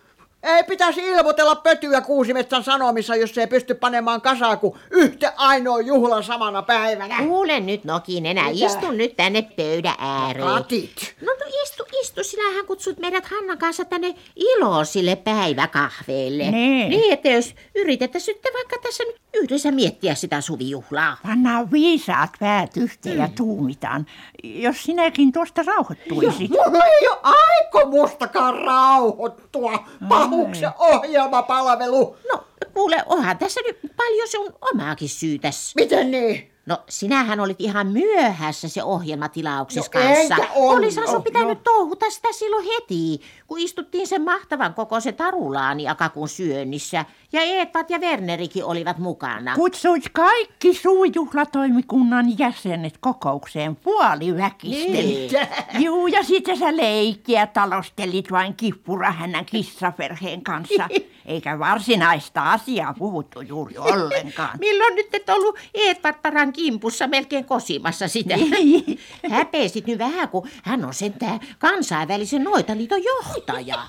S7: Ei pitäisi ilmoitella pötyä Kuusimetsän sanomissa, jos ei pysty panemaan kasaa kuin yhtä ainoa juhlan samana päivänä.
S3: Kuule nyt Nokinenä, Mitä? istu nyt tänne pöydän ääreen.
S7: Katit.
S3: No, no istu, istu, sinähän kutsut meidät Hannan kanssa tänne iloisille päiväkahveille.
S2: Niin.
S3: Niin, että jos yritettäisiin nyt vaikka tässä nyt yhdessä miettiä sitä suvijuhlaa.
S2: Pannaan viisaat päät yhteen mm. ja tuumitaan, jos sinäkin tuosta rauhoittuisit.
S7: Joo, mulla ei ole aikomustakaan rauhoittua. Pahuksen ohjelmapalvelu.
S3: No, kuule, onhan tässä nyt paljon sun omaakin syytäs.
S7: Miten niin?
S3: No, sinähän olit ihan myöhässä se ohjelmatilauksessa
S7: No,
S3: kanssa.
S7: eikä ollut.
S3: Olisahan sun pitänyt
S7: No.
S3: touhuta sitä silloin heti, kun istuttiin sen mahtavan kokoisen tarulaani akakun syönnissä. Ja Eetvat ja Wernerikin olivat mukana.
S2: Kutsuit kaikki suujuhlatoimikunnan jäsenet kokoukseen
S3: Niin.
S2: puoliväkisten. Juu, ja sitten sä leikkiä talostelit vain kippurahännän kissaperheen kanssa. Eikä varsinaista asiaa puhuttu juuri ollenkaan.
S3: Milloin nyt et ollut Eetvattaran kimpussa melkein kosimassa sitä?
S2: Niin.
S3: Häpeisit nyt vähän, kun hän on sentään kansainvälisen noitaliiton johtaja.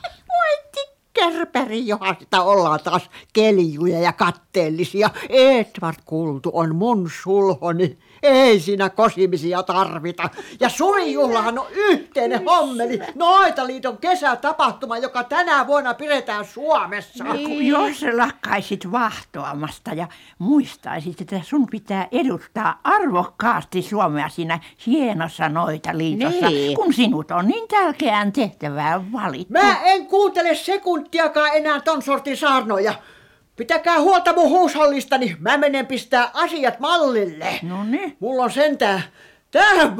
S7: Kärpäri, johan sitä ollaan taas keljuja ja katteellisia. Edward Kultu on mun sulhoni. Ei siinä kosimisia tarvita. Ja suvijuhlahan on yhteinen hommeli. Noitaliiton kesätapahtuma, joka tänä vuonna pidetään Suomessa.
S3: Niin.
S2: Kun Jos lakkaisit vahtoamasta ja muistaisit, että sun pitää edustaa arvokkaasti Suomea siinä hienossa noita liitossa,
S3: Niin.
S2: kun sinut on niin tärkeään tehtävään valittu.
S7: Mä en kuuntele sekuntiakaan enää ton sortin saarnoja. Pitäkää huolta mun huushollistani. Mä menen pistää asiat mallille.
S2: No niin.
S7: Mulla on sentään tämä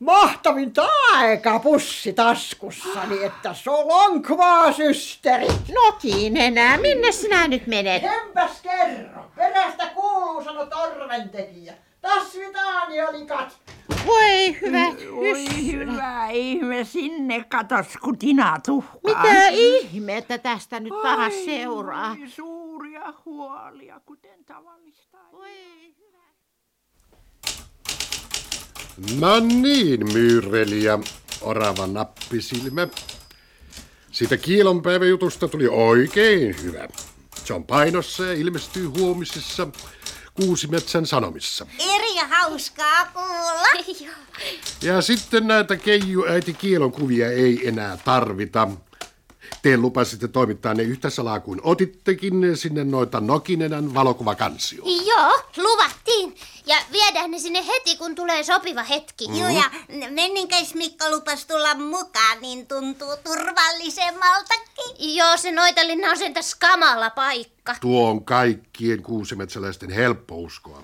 S7: mahtavin taikapussi taskussani, että solonk vaan systeri.
S3: Nokin No niin enää, minne sinä nyt menet?
S7: Enpäs kerro. Perästä kuuluu, sano torventekijä. Tasvitaani olikat.
S3: Voi hyvä
S2: Oi hyvä ihme, sinne katos kun Tina tuhkaa.
S3: Mitä ihmettä tästä nyt taas seuraa?
S2: Suuria huolia, kuten tavallista.
S14: No niin, myyreliä, orava nappisilmä. Siitä kiilonpäiväjutusta tuli oikein hyvä. Se on painossa ja ilmestyy huomisissa Kuusimetsän sanomissa.
S4: Eri hauskaa kuulla.
S14: Ja sitten näitä keijuäiti kielon kuvia ei enää tarvita. Te lupasitte toimittaa ne yhtä salaa kuin otittekin sinne noita Nokinenän valokuvakansioon.
S5: Joo, luvattiin. Ja viedään ne sinne heti, kun tulee sopiva hetki.
S14: Mm. Joo, ja
S4: Menninkäis Mikko lupas tulla mukaan, niin tuntuu turvallisemmaltakin.
S5: Joo, se noitalinna on sentäs kamala paikka.
S14: Tuo on kaikkien kuusimetsäläisten helppo uskoa.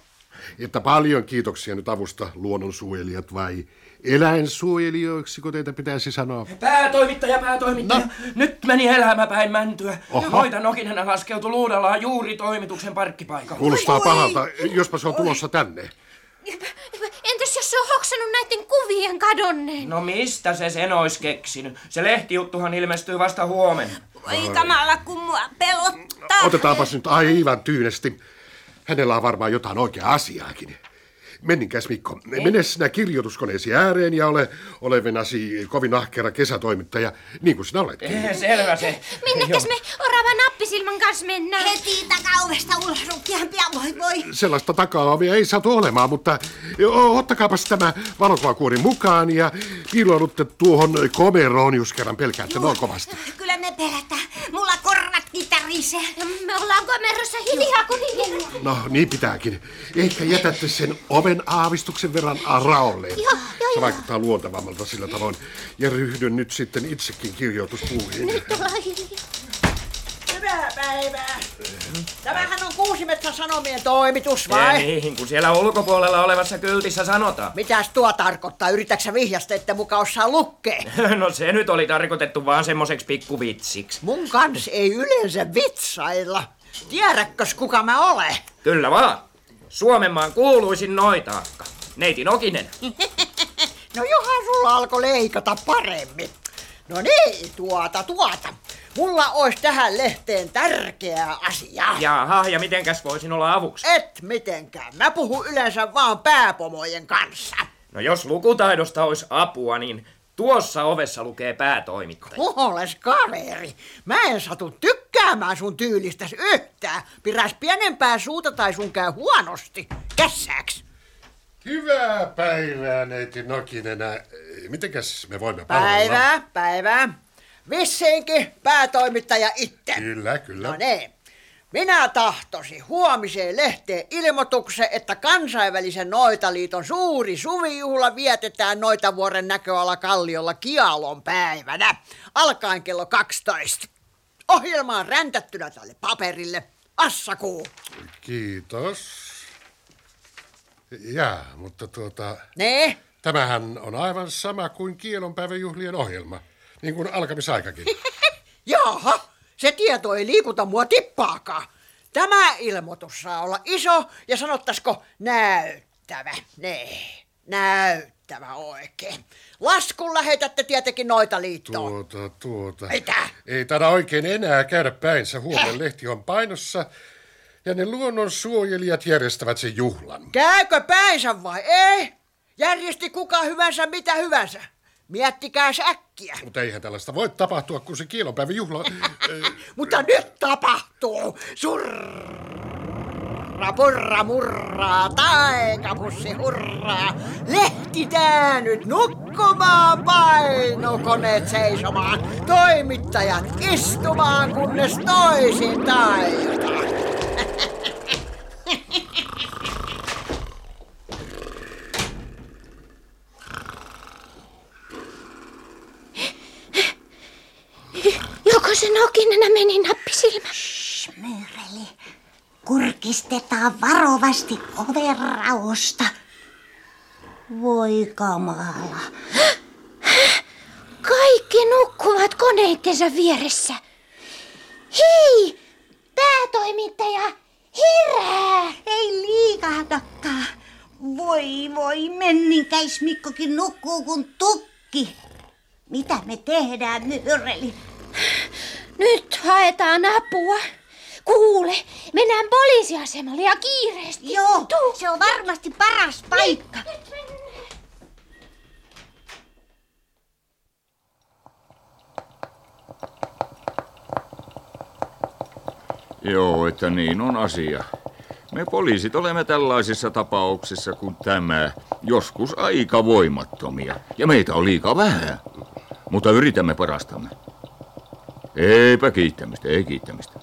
S14: Että paljon kiitoksia nyt avusta luonnonsuojelijat vai eläinsuojelijoiksi, kun teitä pitäisi sanoa.
S13: Päätoimittaja, päätoimittaja. No. Nyt meni elämä päin mäntyä.
S14: Oho.
S13: Noita Nokinenä laskeutui luudellaan juuri toimituksen parkkipaikalle.
S14: Kuulostaa pahalta, jospa se on tulossa tänne.
S5: Entäs jos se on hoksannut näiden kuvien kadonneen?
S13: No mistä se sen olisi keksinyt? Se lehtijuttuhan ilmestyy vasta huomenna.
S4: Voi kamala, kun mua pelottaa.
S14: Otetaanpas nyt aivan tyynesti. Hänellä on varmaan jotain oikeaa asiaakin. Menninkäs Mikko, mene sinä kirjoituskoneesi ääreen ja ole olevinasi kovin ahkera kesätoimittaja, niin kuin sinä oletkin.
S13: Eh, Selvä se.
S5: Minnekäs me orava nappisilman kanssa mennään?
S4: Heti takauvesta ulos rukeampia, voi voi.
S14: Sellaista takaovia ei saatu olemaan, mutta o, ottakaapas tämä valokuvakuori mukaan ja piiloudutte tuohon komeroon, jos kerran pelkäätte noin kovasti.
S4: Kyllä me pelätään. Mulla korvat kitarisee.
S5: Me ollaan komerossa hiljaa kuin hiljaa.
S14: No, niin pitääkin. Ehkä jätätte sen oven aavistuksen verran raolle.
S5: Joo, joo,
S14: Se
S5: joo.
S14: vaikuttaa luontevammalta sillä tavoin. Ja ryhdyn nyt sitten itsekin kirjoituspuuhiin.
S5: Nyt ollaan hiljaa.
S7: Hyvää päivää. Tämähän on Kuusimetsän Sanomien toimitus, vai?
S13: Ja niin, kun siellä ulkopuolella olevassa kyltissä sanotaan.
S7: Mitäs tuo tarkoittaa? Yritäksä vihjasta, että muka osaa lukkea?
S13: No se nyt oli tarkoitettu vaan semmoiseksi pikkuvitsiksi.
S7: Mun kans ei yleensä vitsailla. Tiedäkös kuka mä olen?
S13: Kyllä vaan. Suomenmaan kuuluisin noitaakka. Neiti Nokinen.
S7: No johan sulla alkoi leikata paremmin. No niin, tuota, tuota. Mulla olisi tähän lehteen tärkeää asiaa.
S13: Jaha, ja mitenkäs voisin olla avuksi?
S7: Et mitenkään. Mä puhun yleensä vaan pääpomojen kanssa.
S13: No jos lukutaidosta olisi apua, niin tuossa ovessa lukee päätoimittaja.
S7: Oles kaveri. Mä en satu tykkäämään sun tyylistäs yhtään. Piräs pienempää suuta tai sun käy huonosti. Kässääks?
S14: Hyvää päivää, neiti Nokinenä. Mitenkäs me voimme palvella?
S7: Päivää, päivää. Vissiinkin päätoimittaja itse.
S14: Kyllä, kyllä.
S7: No niin. Minä tahtosi huomiseen lehteen ilmoituksen, että kansainvälisen Noitaliiton suuri suvijuhla vietetään Noitavuoren näköala Kalliolla Kialon päivänä, alkaen kello 12. Ohjelma on räntättynä tälle paperille. Assakuu.
S14: Kiitos. Jaa, mutta tuota...
S7: Ne?
S14: Tämähän on aivan sama kuin kielonpäiväjuhlien ohjelma. Niin kuin alkamisaikakin.
S7: Jaha, se tieto ei liikuta mua tippaakaan. Tämä ilmoitus saa olla iso ja sanottaisiko näyttävä. Ne, näyttävä oikein. Laskun lähetätte tietenkin noita liittoon.
S14: Tuota, tuota.
S7: Mitä?
S14: Ei taida oikein enää käydä päinsä. Huomen lehti on painossa ja ne luonnonsuojelijat järjestävät sen juhlan.
S7: Käykö päinsä vai ei? Järjesti kuka hyvänsä mitä hyvänsä. Miettikää äkkiä.
S14: Mutta eihän tällaista voi tapahtua, kun se kielonpäivän juhla...
S7: Mutta nyt tapahtuu! Surra, purra, murraa, taikapussi, hurraa. Lehti nyt nukkumaan, painokoneet seisomaan, toimittajat istumaan, kunnes toisin taitaa.
S5: Joko se nokinenä meni nappisilmä?
S4: Myyreli, kurkistetaan varovasti oven raosta. Voi kamala.
S5: Kaikki nukkuvat koneittensa vieressä. Hei, päätoimittaja, herää!
S4: Ei liikahdakaan. Voi voi, menninkäis Mikkokin nukkuu kuin tukki. Mitä me tehdään, Myyreli?
S5: Nyt haetaan apua. Kuule, mennään poliisiasemalle ja kiireesti. Niin.
S4: Joo, Tuu. se on varmasti paras paikka. Nyt, nyt
S9: Joo, että niin on asia. Me poliisit olemme tällaisissa tapauksissa kuin tämä joskus aika voimattomia. Ja meitä on liikaa vähän. Mutta yritämme parastamme. Eipä kiittämistä, ei kiittämistä.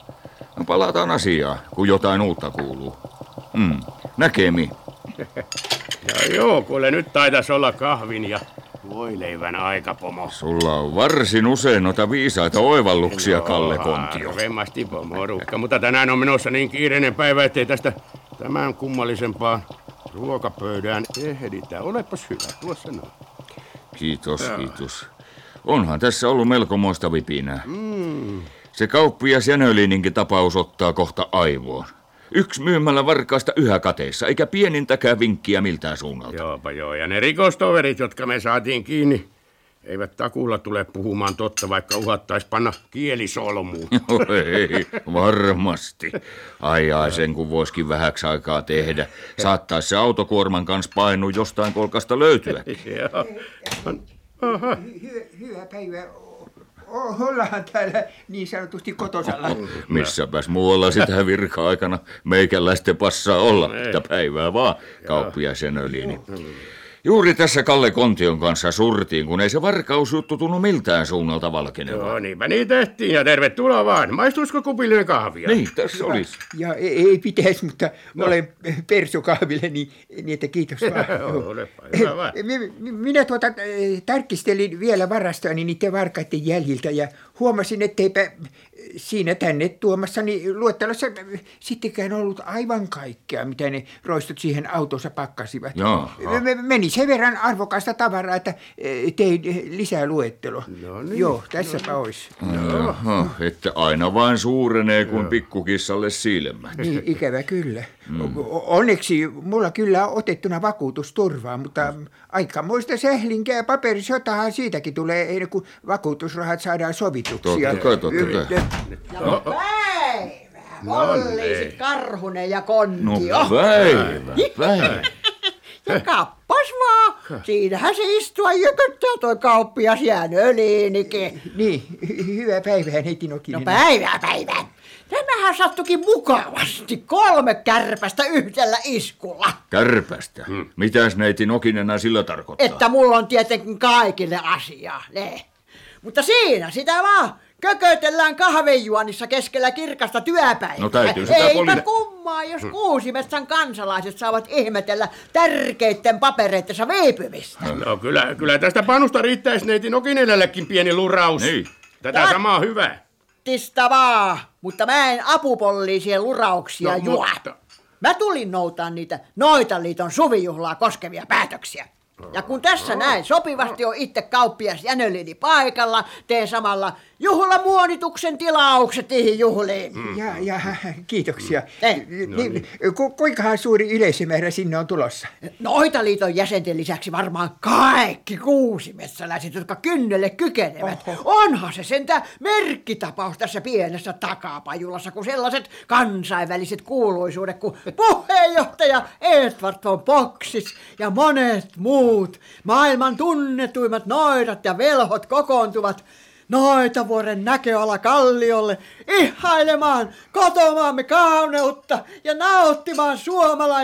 S9: No palataan asiaan, kun jotain uutta kuuluu. Mm, näkemi.
S8: Ja joo, kuule nyt taitas olla kahvin ja voileivän aika, pomo.
S9: Sulla on varsin usein noita viisaita oivalluksia, no, Kalle Kontio.
S8: Vemmasti, pomo, ruukka. Mutta tänään on menossa niin kiireinen päivä, ettei tästä tämän kummallisempaa ruokapöydään ehditä. Olepas hyvä, tuossa noin.
S9: Kiitos, Joo. kiitos. Onhan tässä ollut melkomoista vipinää.
S8: Mm.
S9: Se kauppias Jänölininkin tapaus ottaa kohta aivoon. Yksi myymällä varkaista yhä kateissa, eikä pienintäkään vinkkiä miltään suunnalta.
S8: Joopa joo, ja ne rikostoverit, jotka me saatiin kiinni, eivät takuulla tule puhumaan totta, vaikka uhattaisi panna kielisolmuun.
S9: Joo, ei, varmasti. Ai ai, sen kun voisikin vähäksi aikaa tehdä. Saattaisi se autokuorman kanssa painu jostain kolkasta löytyä.
S8: Joo.
S17: Aha. Hy- hyvää päivää. O- ollaan täällä niin sanotusti kotosalla. Oho,
S9: missäpäs muualla sitä virka-aikana meikäläisten passaa olla. Tätä päivää vaan, kauppiaisen öljini. Juuri tässä Kalle Kontion kanssa surtiin, kun ei se varkausjuttu tunnu miltään suunnalta valkenevaa.
S8: Joo, niinpä niin tehtiin ja tervetuloa vaan. Maistuisiko kupillinen kahvia?
S9: Niin, tässä olisi.
S17: Ja e-, ei, ei pitäisi, mutta no. olen persukahville, niin, niin että kiitos vaan.
S8: Joo, olepa hyvä vaan.
S17: Minä tuota, niin tarkistelin vielä varastoani niiden varkaiden jäljiltä ja huomasin, etteipä
S11: siinä tänne tuomassani luettelossa sittenkään ollut aivan kaikkea, mitä ne roistot siihen autossa pakkasivat.
S9: Joo.
S11: M- Meni sen verran arvokasta tavaraa, että eh, tein lisää luettelo. No niin. Joo, tässäpä olisi.
S9: Jaha, että aina vain suurenee kuin pikkukissalle silmät.
S11: Niin, ikävä kyllä.
S9: Mm.
S11: O- Onneksi mulla kyllä on otettuna vakuutusturvaa, mutta aikamoista sählinkää ja paperisotahan siitäkin tulee ennen kuin vakuutusrahat saadaan sovituksi.
S9: Totta kai, totta kai.
S11: No,
S7: Päivää,
S11: No
S7: Olli,
S11: niin.
S7: Karhunen ja Kontio.
S9: No päivä, päivä.
S7: Ja kappas vaan. Siinähän se istua jököttää toi kauppias jäänöliinikin.
S11: Niin, hyvää päivää, neiti
S7: No
S11: Nokinen.
S7: päivää, päivää. Tämähän sattukin mukavasti. Kolme kärpästä yhdellä iskulla.
S9: Kärpästä.
S8: Hmm.
S9: Mitäs neiti Nokinenä sillä tarkoittaa?
S7: Että mulla on tietenkin kaikille asiaa, ne. Mutta siinä sitä vaan. Kökötellään kahvenjuonissa keskellä kirkasta työpäivää.
S9: No täytyy sitä
S7: Eipä
S9: poliisi-
S7: kummaa, jos
S9: Hmm.
S7: Kuusimetsän kansalaiset saavat ihmetellä tärkeitten papereittensa viipymistä.
S8: No kyllä, kyllä tästä panusta riittäisi neiti Nokinenällekin pieni luraus. Niin. Tätä samaa hyvää.
S7: Tista vaan, mutta mä en apupolliisien lurauksia
S8: No,
S7: no, juo.
S8: mutta-
S7: Mä tulin noutaan niitä Noitaliiton suvijuhlaa koskevia päätöksiä. Ja kun tässä näin sopivasti on itse kauppias Jänölini paikalla, teen samalla juhlamuonituksen tilaukset niihin juhliin.
S11: Ja, ja kiitoksia.
S7: Ei.
S11: Niin, ku, kuinkahan suuri yleisömäärä sinne on tulossa?
S7: Noitaliiton No jäsenten lisäksi varmaan kaikki kuusi metsäläiset, jotka kynnelle kykenevät. Oho. Onhan se sentään merkkitapaus tässä pienessä takapajulassa, kun sellaiset kansainväliset kuuluisuudet kuin puheenjohtaja Edward von Boxis ja monet muut maailman tunnetuimmat noidat ja velhot kokoontuvat Noitavuoren näköala kalliolle ihailemaan kotomaamme kauneutta ja nauttimaan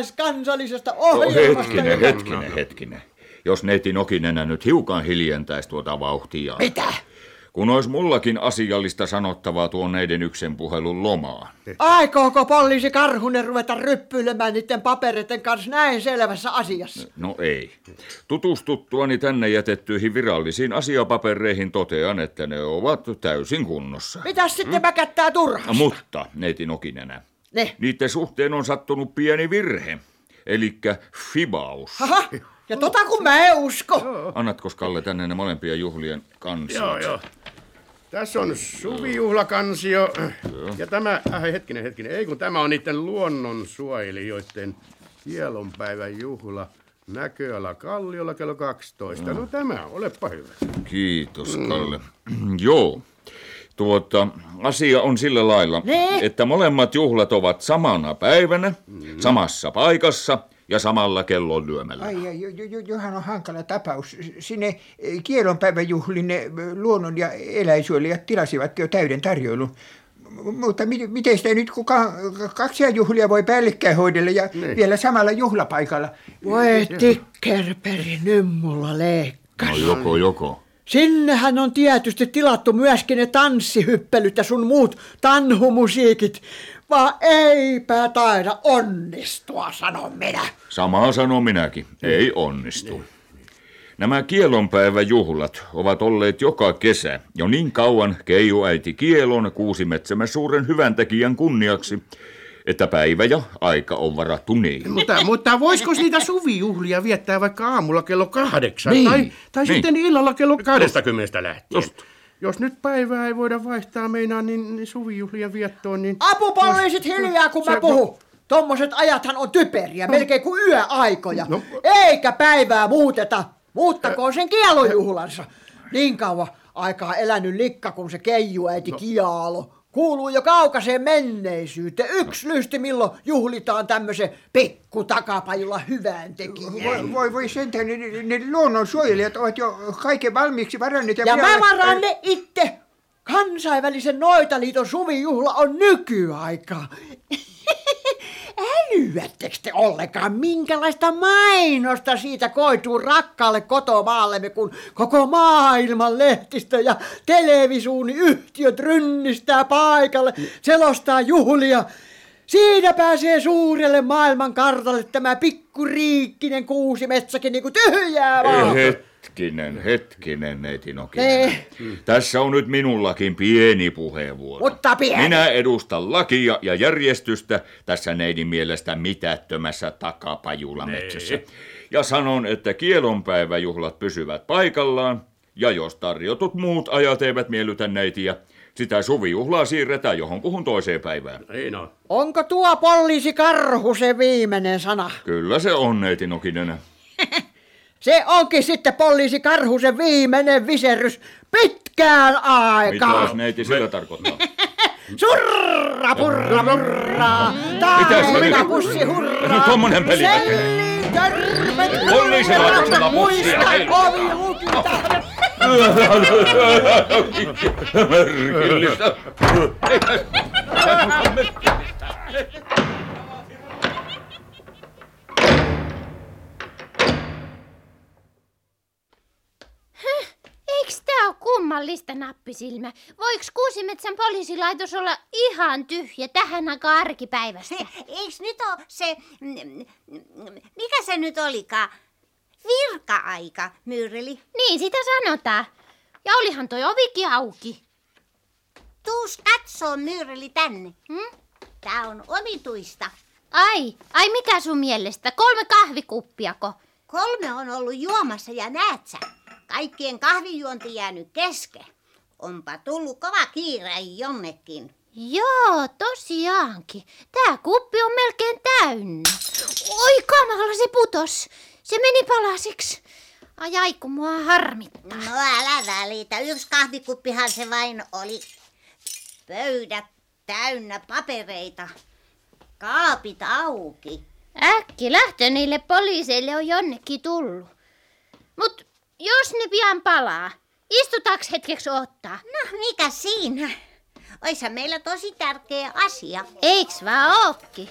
S7: suomalaiskansallisesta
S9: Oh,
S7: ohjelmasta.
S9: hetkinen, hetkinen, hetkinen. Jos neiti Nokinenä nyt hiukan hiljentäisi tuota vauhtia.
S7: Mitä?
S9: Kun olisi mullakin asiallista sanottavaa tuon neiden yksen puhelun lomaan.
S7: Aikooko poliisi Karhunen ruveta ryppyilemään niiden papereiden kanssa näin selvässä asiassa?
S9: No ei. Tutustuttuani tänne jätettyihin virallisiin asiapapereihin totean, että ne ovat täysin kunnossa.
S7: Mitäs sitten mäkättää turhaa?
S9: Mutta, neiti Nokinenä,
S7: Ne.
S9: niiden suhteen on sattunut pieni virhe. Elikkä fibaus.
S7: Haha, ja tota kun mä en usko.
S9: Annatko Kalle tänne ne molempien juhlien kanssa?
S8: Joo, joo. Tässä on suvijuhlakansio. Ja tämä, äh, hetkinen, hetkinen, ei kun tämä on niiden luonnonsuojelijoiden kielonpäivän juhla. Näköala Kalliolla kello 12. No tämä, olepa hyvä.
S9: Kiitos,
S8: Mm.
S9: Kalle. Joo. Tuota, asia on sillä lailla,
S8: Ne?
S9: että molemmat juhlat ovat samana päivänä, samassa paikassa ja samalla No kellonlyömällä.
S11: Ai, ai, jo, jo, jo, johan on hankala tapaus. Sinne eh, kielonpäiväjuhliin ne eh, luonnon- ja eläinsuojelijat tilasivat jo täyden tarjoilun. M- Mutta mi- miten sitä nyt, kun ka- kaksi juhlia voi päällekkäin hoidella ja
S7: Niin.
S11: vielä samalla juhlapaikalla?
S7: Voi tikkerperi, nyt mulla leikkas.
S9: No joko, joko.
S7: Sinnehän on tietysti tilattu myöskin ne tanssihyppelyt ja sun muut tanhumusiikit. Vaan eipä taida onnistua, sanon minä.
S9: Samaa sanon minäkin. Ei onnistu. Nämä kielonpäiväjuhlat ovat olleet joka kesä jo niin kauan keijuäiti Kielon kuusimetsämme suuren hyvän tekijän kunniaksi, että päivä ja aika on varattu niin.
S8: Mutta, mutta voisiko niitä suvijuhlia viettää vaikka aamulla kello kahdeksan
S9: Niin.
S8: tai, tai
S9: Niin.
S8: sitten illalla kello 20 lähtien? Just. Jos nyt päivää ei voida vaihtaa meinaan, niin, niin suvijuhlien viettoon, niin...
S7: Apupoliisit hiljaa, kun mä
S8: Se-
S7: puhun. Tommoset ajathan on typeriä, melkein kuin yöaikoja. Eikä päivää muuteta. Muuttakoon sen kielojuhlansa. Niin kauan aikaa elänyt likka, kun se keijuäiti kiaalo. Kuuluu jo kaukaiseen menneisyyteen. Yksi lysti, milloin juhlitaan tämmöisen pikku takapajulla hyvään
S11: Voi,
S7: tekijään.
S11: voi, voi sentään, ne, ne- ne luonnonsuojelijat ovat jo kaiken valmiiksi varanneet.
S7: Ja
S11: minä
S7: mä
S11: olen-
S7: varaan ne itse. Kansainvälisen Noitaliiton suvijuhla on nykyaikaa. Älyättekö te ollenkaan, minkälaista mainosta siitä koituu rakkaalle kotomaallemme, kun koko maailman lehtistö ja televisioyhtiöt rynnistää paikalle, selostaa juhlia. Siinä pääsee suurelle maailmankartalle tämä pikkuriikkinen kuusi metsäkin niinku tyhjää vaan. Niin,
S9: Hetkinen, hetkinen, neiti Nokinen. Tässä on nyt minullakin pieni puheenvuoro.
S7: Mutta pieni.
S9: Minä edustan lakia ja järjestystä tässä neidin mielestä mitättömässä takapajulametsessä. Ja sanon, että kielonpäiväjuhlat pysyvät paikallaan, ja jos tarjotut muut ajat eivät miellytä neitiä, sitä suvijuhlaa siirretään johonkuhun toiseen päivään.
S8: Ei no.
S7: Onko tuo poliisi karhu se viimeinen sana?
S9: Kyllä se on, neiti Nokinen.
S7: Se onkin sitten poliisi karhu se viimeinen viserys pitkään aikaa.
S9: Mitäs neiti sillä tarkoittaa?
S7: Surra, purra, murraa. Taivina, pussi, hurraa.
S9: Tuommoinen peli.
S7: Sellin, törpet,
S9: Poliisilaitoksella pussia.
S7: Muista, ovi lukita.
S9: Merkillistä.
S5: Höh, eiks tää oo kummallista nappisilmä? Voiks Kuusimetsän poliisilaitos olla ihan tyhjä tähän aikaan arkipäivästä?
S18: Eiks nyt oo se... mm, mm, mm, Mikä se nyt olikaan? Virka-aika, myyreli.
S5: Niin sitä sanotaan. Ja olihan toi ovikin auki.
S18: Tuus katsoo myyreli tänne. Hmm? Tää on omituista.
S5: Ai, ai mikä sun mielestä? Kolme kahvikuppiako?
S18: Kolme on ollut juomassa ja näet sä. Kaikkien kahvijuonti jäänyt kesken. Onpa tullut kova kiire jonnekin.
S5: Joo, tosiaankin. Tää kuppi on melkein täynnä. Oi kamala se putos. Se meni palasiksi. Ai ai, kun mua harmittaa.
S18: No älä välitä, yksi kahvikuppihan se vain oli. Pöydät täynnä papereita. Kaapit auki.
S5: Äkki lähtö niille poliiseille on jonnekin tullut. Mut jos ne pian palaa, istutaanko hetkeksi odottaa?
S18: No mikä siinä? Oisa meillä tosi tärkeä asia.
S5: Eiks vaan ookki?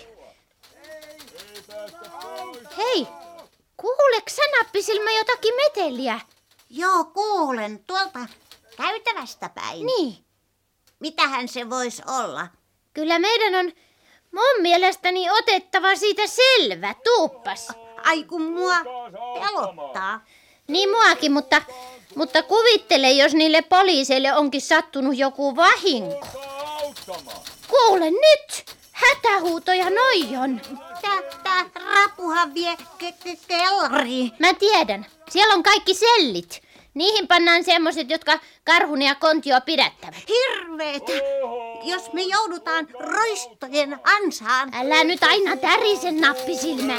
S5: Hei, kuuleks sä nappisilmä jotakin meteliä?
S18: Joo, kuulen. Tuolta käytävästä päin.
S5: Niin.
S18: Mitähän se voisi olla?
S5: Kyllä meidän on mun mielestäni otettava siitä selvä. Tuuppas.
S18: Ai kun mua pelottaa.
S5: Niin muakin, mutta, mutta kuvittele, jos niille poliiseille onkin sattunut joku vahinko. Kuule nyt! Hätähuutoja noijon.
S18: Tää, tää rapuhan vie ke- ke- kellariin.
S5: Mä tiedän. Siellä on kaikki sellit. Niihin pannaan semmoset, jotka karhun ja kontio pidättävät.
S18: Hirveetä! Jos me joudutaan roistojen ansaan.
S5: Älä nyt aina tärisen nappisilmä.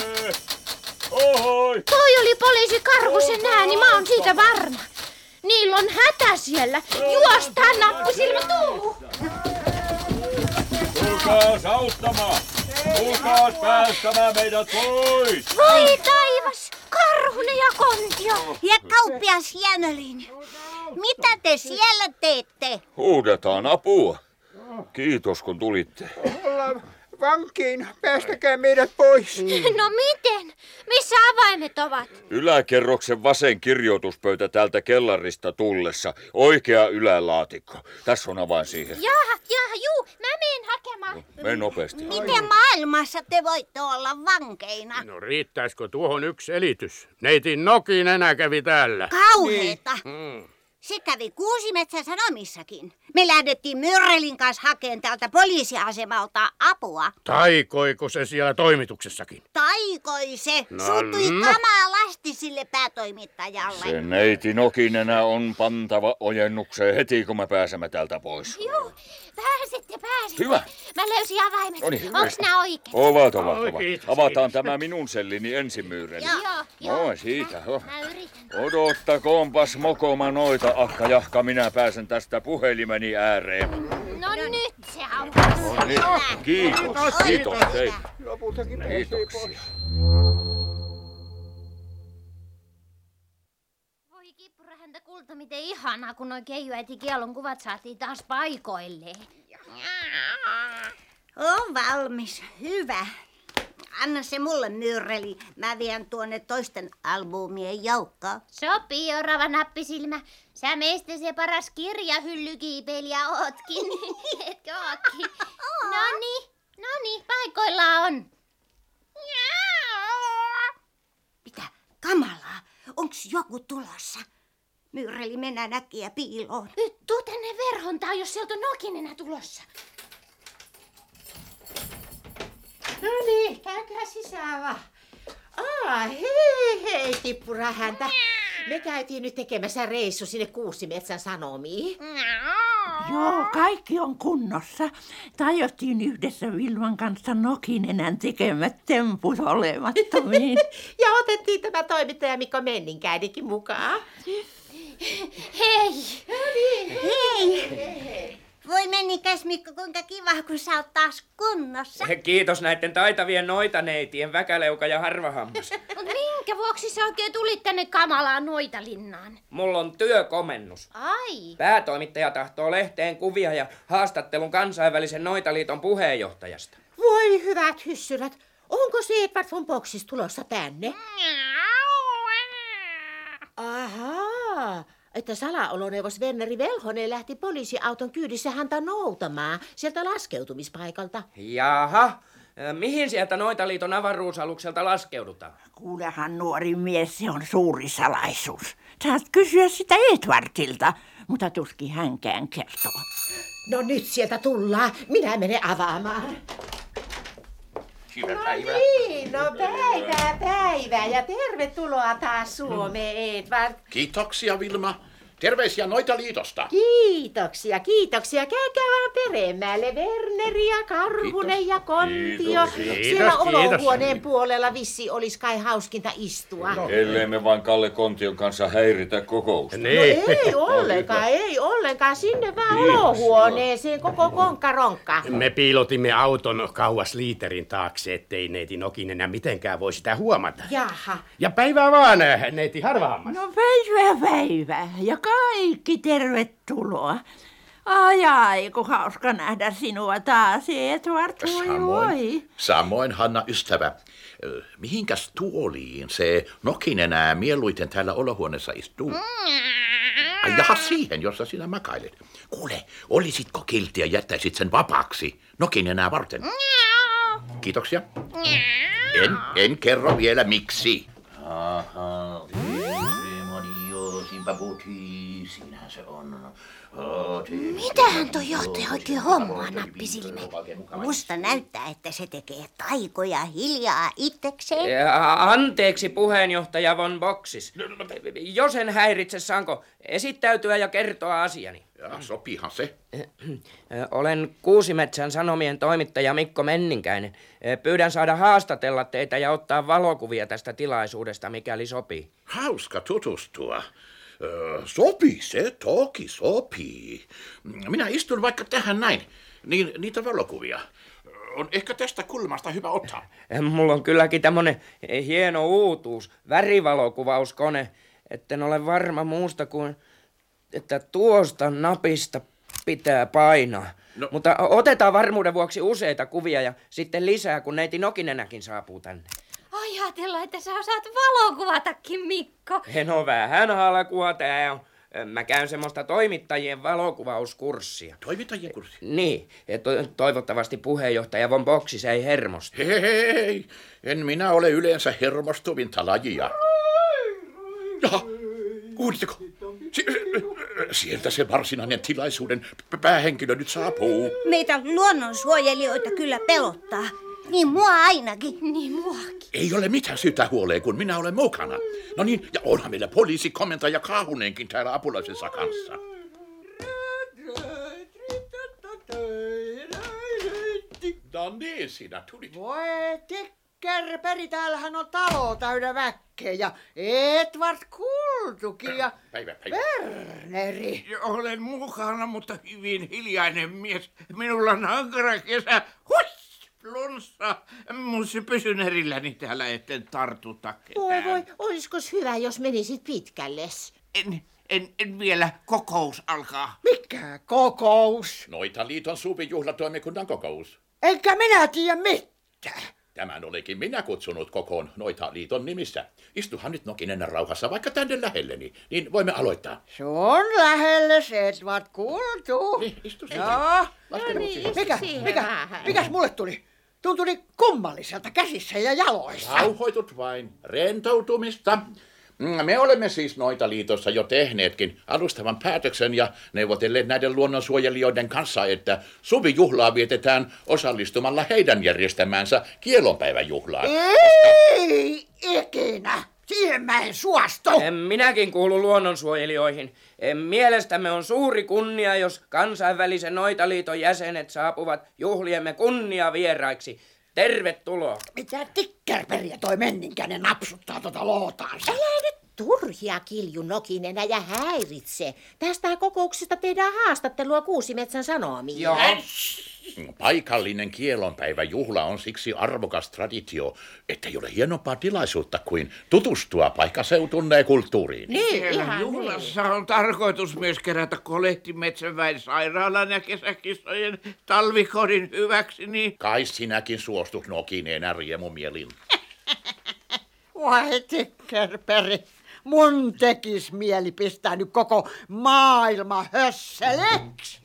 S5: Toi oli poliisi Karhusen ääni, mä oon siitä varma. Niillä on hätä siellä. Juostaan nappisilmä, tuu!
S19: Tulkaas auttamaan! Tulkaas päästämään meidät pois!
S5: Voi taivas! Karhunen ja kontio!
S18: Ja kauppias Jänölin. Mitä te siellä teette?
S9: Huudetaan apua. Kiitos kun tulitte.
S11: Ollaan vankiin, päästäkää meidät
S7: Niin.
S11: pois.
S5: No miten? Missä avaimet ovat?
S9: Yläkerroksen vasen kirjoituspöytä täältä kellarista tullessa. Oikea ylälaatikko. Tässä on avain siihen.
S5: Jaha, jaha, juu, mä menen hakemaan.
S9: Mene nopeasti.
S18: Miten maailmassa te voitte olla vankeina?
S8: No riittäisikö tuohon yksi selitys? Neiti Nokin enää kävi täällä.
S18: Kauheeta.
S20: Niin.
S8: Mm.
S18: Se kävi Kuusimetsän sanomissakin. Me lähdettiin Myrrelin kanssa hakemaan täältä poliisiasemalta apua.
S8: Taikoiko se siellä toimituksessakin?
S18: Taikoi se.
S8: No,
S18: Suuttui
S8: no.
S18: kamalasti sille päätoimittajalle.
S9: Se neiti Nokinenä on pantava ojennukseen heti, kun me pääsemme täältä pois.
S5: Juu, pääsette, pääsette.
S9: Hyvä.
S5: Mä löysin avaimet.
S9: No niin.
S5: Onks nää oikein?
S9: Ovat, ovat, ovat.
S8: kiitos,
S9: Avataan tämä minun sellini ensimyyren.
S5: Joo, joo.
S9: Moi, siitä. Joo.
S5: Mä yritän.
S9: Odottakoonpas mokoma noita, akka jahka, minä pääsen tästä puhelimeni ääreen.
S5: No nyt se aukesi.
S9: No niin, kiitos, kiitos teille.
S11: Lopultakin
S9: Kiitoksia.
S5: Voi kippurahäntä kulta, miten ihanaa, kun noi keijuäiti kielon kuvat saatiin taas paikoilleen.
S18: On valmis. Hyvä. Anna se mulle myrreli. Mä vien tuonne toisten albumien joukkoon.
S5: Sopii, orava nappisilmä. Sä meistä se paras No niin, kirjahyllykiipeilijä ootkin. Etkö ootkin? Noni, noni, paikoilleen.
S4: joku tulossa. Myyreli, mennään äkkiä piiloon.
S5: Nyt tuu tänne verhon tai jos sieltä on nokinenä tulossa.
S3: No niin, käykää sisään vaan. Aa, hei, hei, tippura häntä. Me käytiin nyt tekemässä reissu sinne Kuusimetsän Sanomiin.
S5: Mm.
S2: Joo, kaikki on kunnossa. Tajottiin yhdessä Vilman kanssa Nokinenän tekemät temput olemattomiin.
S3: ja otettiin tämä toimittaja Mikko Menninkäinikin mukaan.
S5: Hei! niin, no
S4: Hei! Hei! Voi mennikäs Mikko, kuinka kiva, kun sä oot taas kunnossa.
S13: Kiitos näiden taitavien noitaneitien väkäleuka ja harvahammas.
S5: Mut minkä vuoksi sä oikein tulit tänne kamalaan noitalinnaan?
S13: Mulla on työkomennus.
S5: Ai.
S13: Päätoimittaja tahtoo lehteen kuvia ja haastattelun kansainvälisen noitaliiton puheenjohtajasta.
S3: Voi hyvät hyssylät, onko se Edward von Boxis tulossa tänne? Ahaa, että salaoloneuvos Werneri Velhonen lähti poliisiauton kyydissä häntä noutamaan sieltä laskeutumispaikalta.
S13: Jaha, Ö, mihin sieltä Noitaliiton avaruusalukselta laskeudutaan?
S2: Kuulehan nuori mies, se on suuri salaisuus. Saat kysyä sitä Edwardilta, mutta tuskin hänkään kertoo.
S3: No nyt sieltä tullaan. Minä menen avaamaan.
S15: Hyvä
S3: No niin, no päivää, päivää ja tervetuloa taas Suomeen, Edvard.
S15: Kiitoksia Vilma. Terveisiä noita liitosta.
S3: Kiitoksia, kiitoksia. Käykää vaan peremmälle. Werneri ja Karhunen ja Kontio.
S9: Kiitos, kiitos.
S3: Siellä
S9: Kiitos, kiitos.
S3: olohuoneen puolella vissi olisi kai hauskinta istua. No,
S9: Ellei me vain Kalle Kontion kanssa häiritä kokousta.
S15: Niin.
S3: No ei ollenkaan, ei ollenkaan. Sinne vaan olohuoneeseen koko konkkaronkka.
S20: Me piilotimme auton kauas liiterin taakse, ettei neiti Nokin enää mitenkään voi sitä huomata.
S3: Jaha.
S20: Ja päivää vaan, eh, neiti harvaammas.
S2: No päivää, päivää ja kaikki tervetuloa. Ai ai, kun hauska nähdä sinua taas, Edward, voi voi.
S15: Samoin Hanna ystävä. Ö, Mihinkäs tuoliin se nokin enää mieluiten täällä olohuoneessa istuu? Ai jaha siihen, jossa sinä makailet. Kuule, olisitko kiltti ja jättäisit sen vapaaksi nokin enää varten? Kiitoksia. En, en kerro vielä miksi.
S21: Aha, Simpa Buti, sinähän se on.
S4: Mitähän toi johtaja oikein hommaa, nappisilme? Musta näyttää, että se tekee taikoja hiljaa itsekseen.
S13: Ja, anteeksi puheenjohtaja von Boxis.
S15: No,
S13: Jos en häiritse, saanko esittäytyä ja kertoa asiani?
S15: Ja, sopihan se.
S13: Ö, Olen Kuusimetsän Sanomien toimittaja Mikko Menninkäinen. Ö, Pyydän saada haastatella teitä ja ottaa valokuvia tästä tilaisuudesta, mikäli sopii.
S15: Hauska tutustua. Ö, Sopii se, toki sopii. Minä istun vaikka tähän näin, niin niitä valokuvia. On ehkä tästä kulmasta hyvä ottaa.
S13: Ö, Eh, Mulla on kylläkin tämmönen eh, hieno uutuus, värivalokuvauskone. Etten ole varma muusta kuin, että tuosta napista pitää painaa. No. Mutta o- otetaan varmuuden vuoksi useita kuvia ja sitten lisää, kun neiti Nokinenäkin saapuu tänne.
S5: Ajatella, että sä osaat valokuvatakin, Mikko.
S13: No vähän alkua tää on. Eh, Mä käyn semmoista toimittajien valokuvauskurssia.
S15: Toimittajien kurssi?
S13: Niin. Ja to- toivottavasti puheenjohtaja von Boxis ei hermostu.
S15: Hei, hei, hei. En minä ole yleensä hermostuvinta lajia. Jaha, kuulitteko? Si- sieltä se varsinainen tilaisuuden p- päähenkilö nyt saapuu.
S4: Meitä luonnonsuojelijoita kyllä pelottaa. Niin mua ainakin.
S5: Niin muakin.
S15: Ei ole mitään syytä huoleen, kun minä olen mukana. No niin, ja onhan meillä poliisi, komentaja Kaahunenkin täällä apulaisensa kanssa. No niin, sinä tulit.
S7: Voi tikkerperi, täällähän on talo täynnä väkeä ja Edward Kultukin ja
S15: Päivä, päivä.
S7: Werneri.
S20: Olen mukana, mutta hyvin hiljainen mies. Minulla on ankara kesä. Huis! Flunssa. Mun se pysyn erilläni täällä, etten tartuta
S3: Voi voi, olisikos hyvä, jos menisit pitkälle.
S20: En, en, en vielä. Kokous alkaa.
S7: Mikä kokous?
S15: Noita liiton suvijuhlatoimikunnan kokous.
S7: Enkä minä tiedä mitään.
S15: Tämän olikin minä kutsunut kokoon Noita liiton nimissä. Istuhan nyt Nokinen rauhassa vaikka tänne lähelleni, niin voimme aloittaa.
S7: Se on lähelle se, Edward Kultu.
S15: Niin, istu
S7: siihen. Joo.
S15: Laske No niin, ruutuun. istu
S7: mikä,
S15: siihen
S7: mikä,
S15: vähän.
S7: mikäs mulle tuli? Tuntui niin kummalliselta käsissä ja jaloissa.
S15: Rauhoitut vain. Rentoutumista. Me olemme siis noita liitossa jo tehneetkin alustavan päätöksen ja neuvotelleet näiden luonnonsuojelijoiden kanssa, että suvijuhlaa vietetään osallistumalla heidän järjestämäänsä kielonpäiväjuhlaan.
S7: Ei ikinä! Siihen mä en suostu!
S13: En minäkin kuulu luonnonsuojelijoihin. En mielestämme on suuri kunnia, jos kansainvälisen noitaliiton jäsenet saapuvat juhliemme kunniavieraiksi. Tervetuloa.
S7: Mitä tikkerperiä toi menninkäinen napsuttaa tota lootaansa?
S3: Älä nyt turhia kilju nokinenä ja häiritse. Tästä kokouksesta tehdään haastattelua Kuusimetsän Sanomiin.
S15: Joo. Mm, Paikallinen kielonpäiväjuhla on siksi arvokas traditio, että ei ole hienompaa tilaisuutta kuin tutustua paikaseutunne kulttuuriin.
S3: Niin,
S16: ihan juhlassa niin. on tarkoitus myös kerätä kolehtimetsäväen sairaalan ja kesäkisojen talvikodin hyväksi, niin...
S15: Kai sinäkin suostut nokineen riemumielin.
S7: Vai tikkerperi, mun tekis mieli pistää nyt koko maailma hösseleksi.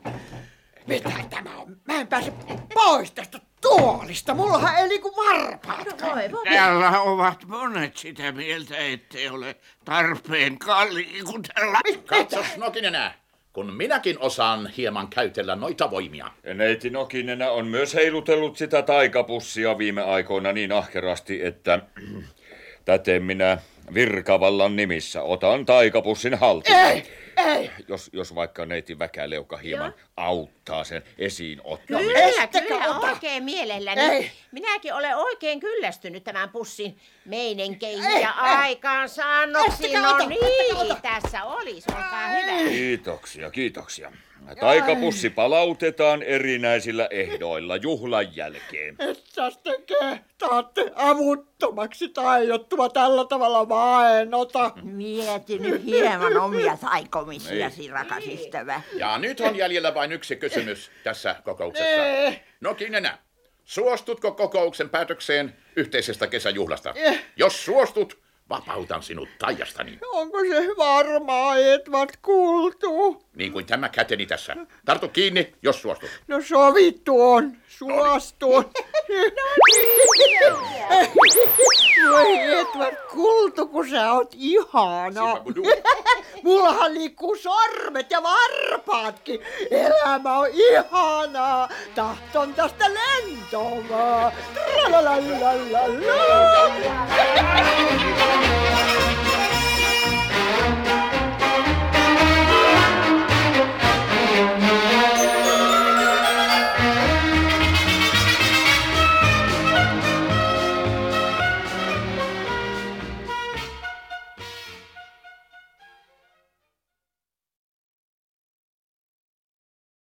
S7: Mitä tämä on? Mä en pääse pois tästä tuolista. Mullahan ei liiku varpaatkaan. No,
S16: Täällä ovat monet sitä mieltä, ettei ole tarpeen liikutella.
S15: Katsos Nokinenä, kun minäkin osaan hieman käytellä noita voimia.
S9: Neiti Nokinenä on myös heilutellut sitä taikapussia viime aikoina niin ahkerasti, että täten minä virkavallan nimissä otan taikapussin haltuun.
S7: Ei, ei.
S9: Jos, jos vaikka neiti väkäleuka hieman Joo. auttaa sen esiin
S7: No
S9: ottamisen.
S3: Kyllä, kyllä, oikein mielelläni. Ei. Minäkin olen oikein kyllästynyt tämän pussin meininkeihin
S7: Ei,
S3: ja
S7: ei.
S3: aikaansaannoksiin.
S7: Estäkää
S3: No
S7: ota,
S3: niin, tässä olisi, olkaa hyvä.
S9: Kiitoksia, kiitoksia. Taikapussi palautetaan erinäisillä ehdoilla juhlan jälkeen.
S7: Mitäs te kehtaatte avuttomaksi taiottua tällä tavalla vaenota?
S2: Mieti nyt hieman omia taikomisiasi,
S15: Niin.
S2: rakas ystävä.
S15: Ja nyt on jäljellä vain yksi kysymys tässä kokouksessa.
S7: Eh.
S15: Nokinenä, suostutko kokouksen päätökseen yhteisestä kesäjuhlasta?
S7: Eh,
S15: Jos suostut, vapautan sinut taijastani.
S7: Onko se varmaa, Edvard kuultu?
S15: Niin kuin tämä käteni tässä. Tartu kiinni, jos suostut.
S7: No sovittu on, suostu on. Voi Edvard kuultu, kun sä oot ihana. Mullahan liikkuu sormet ja varpaatkin. Elämä on ihanaa. Tahton tästä lentomaan. Tralalalala.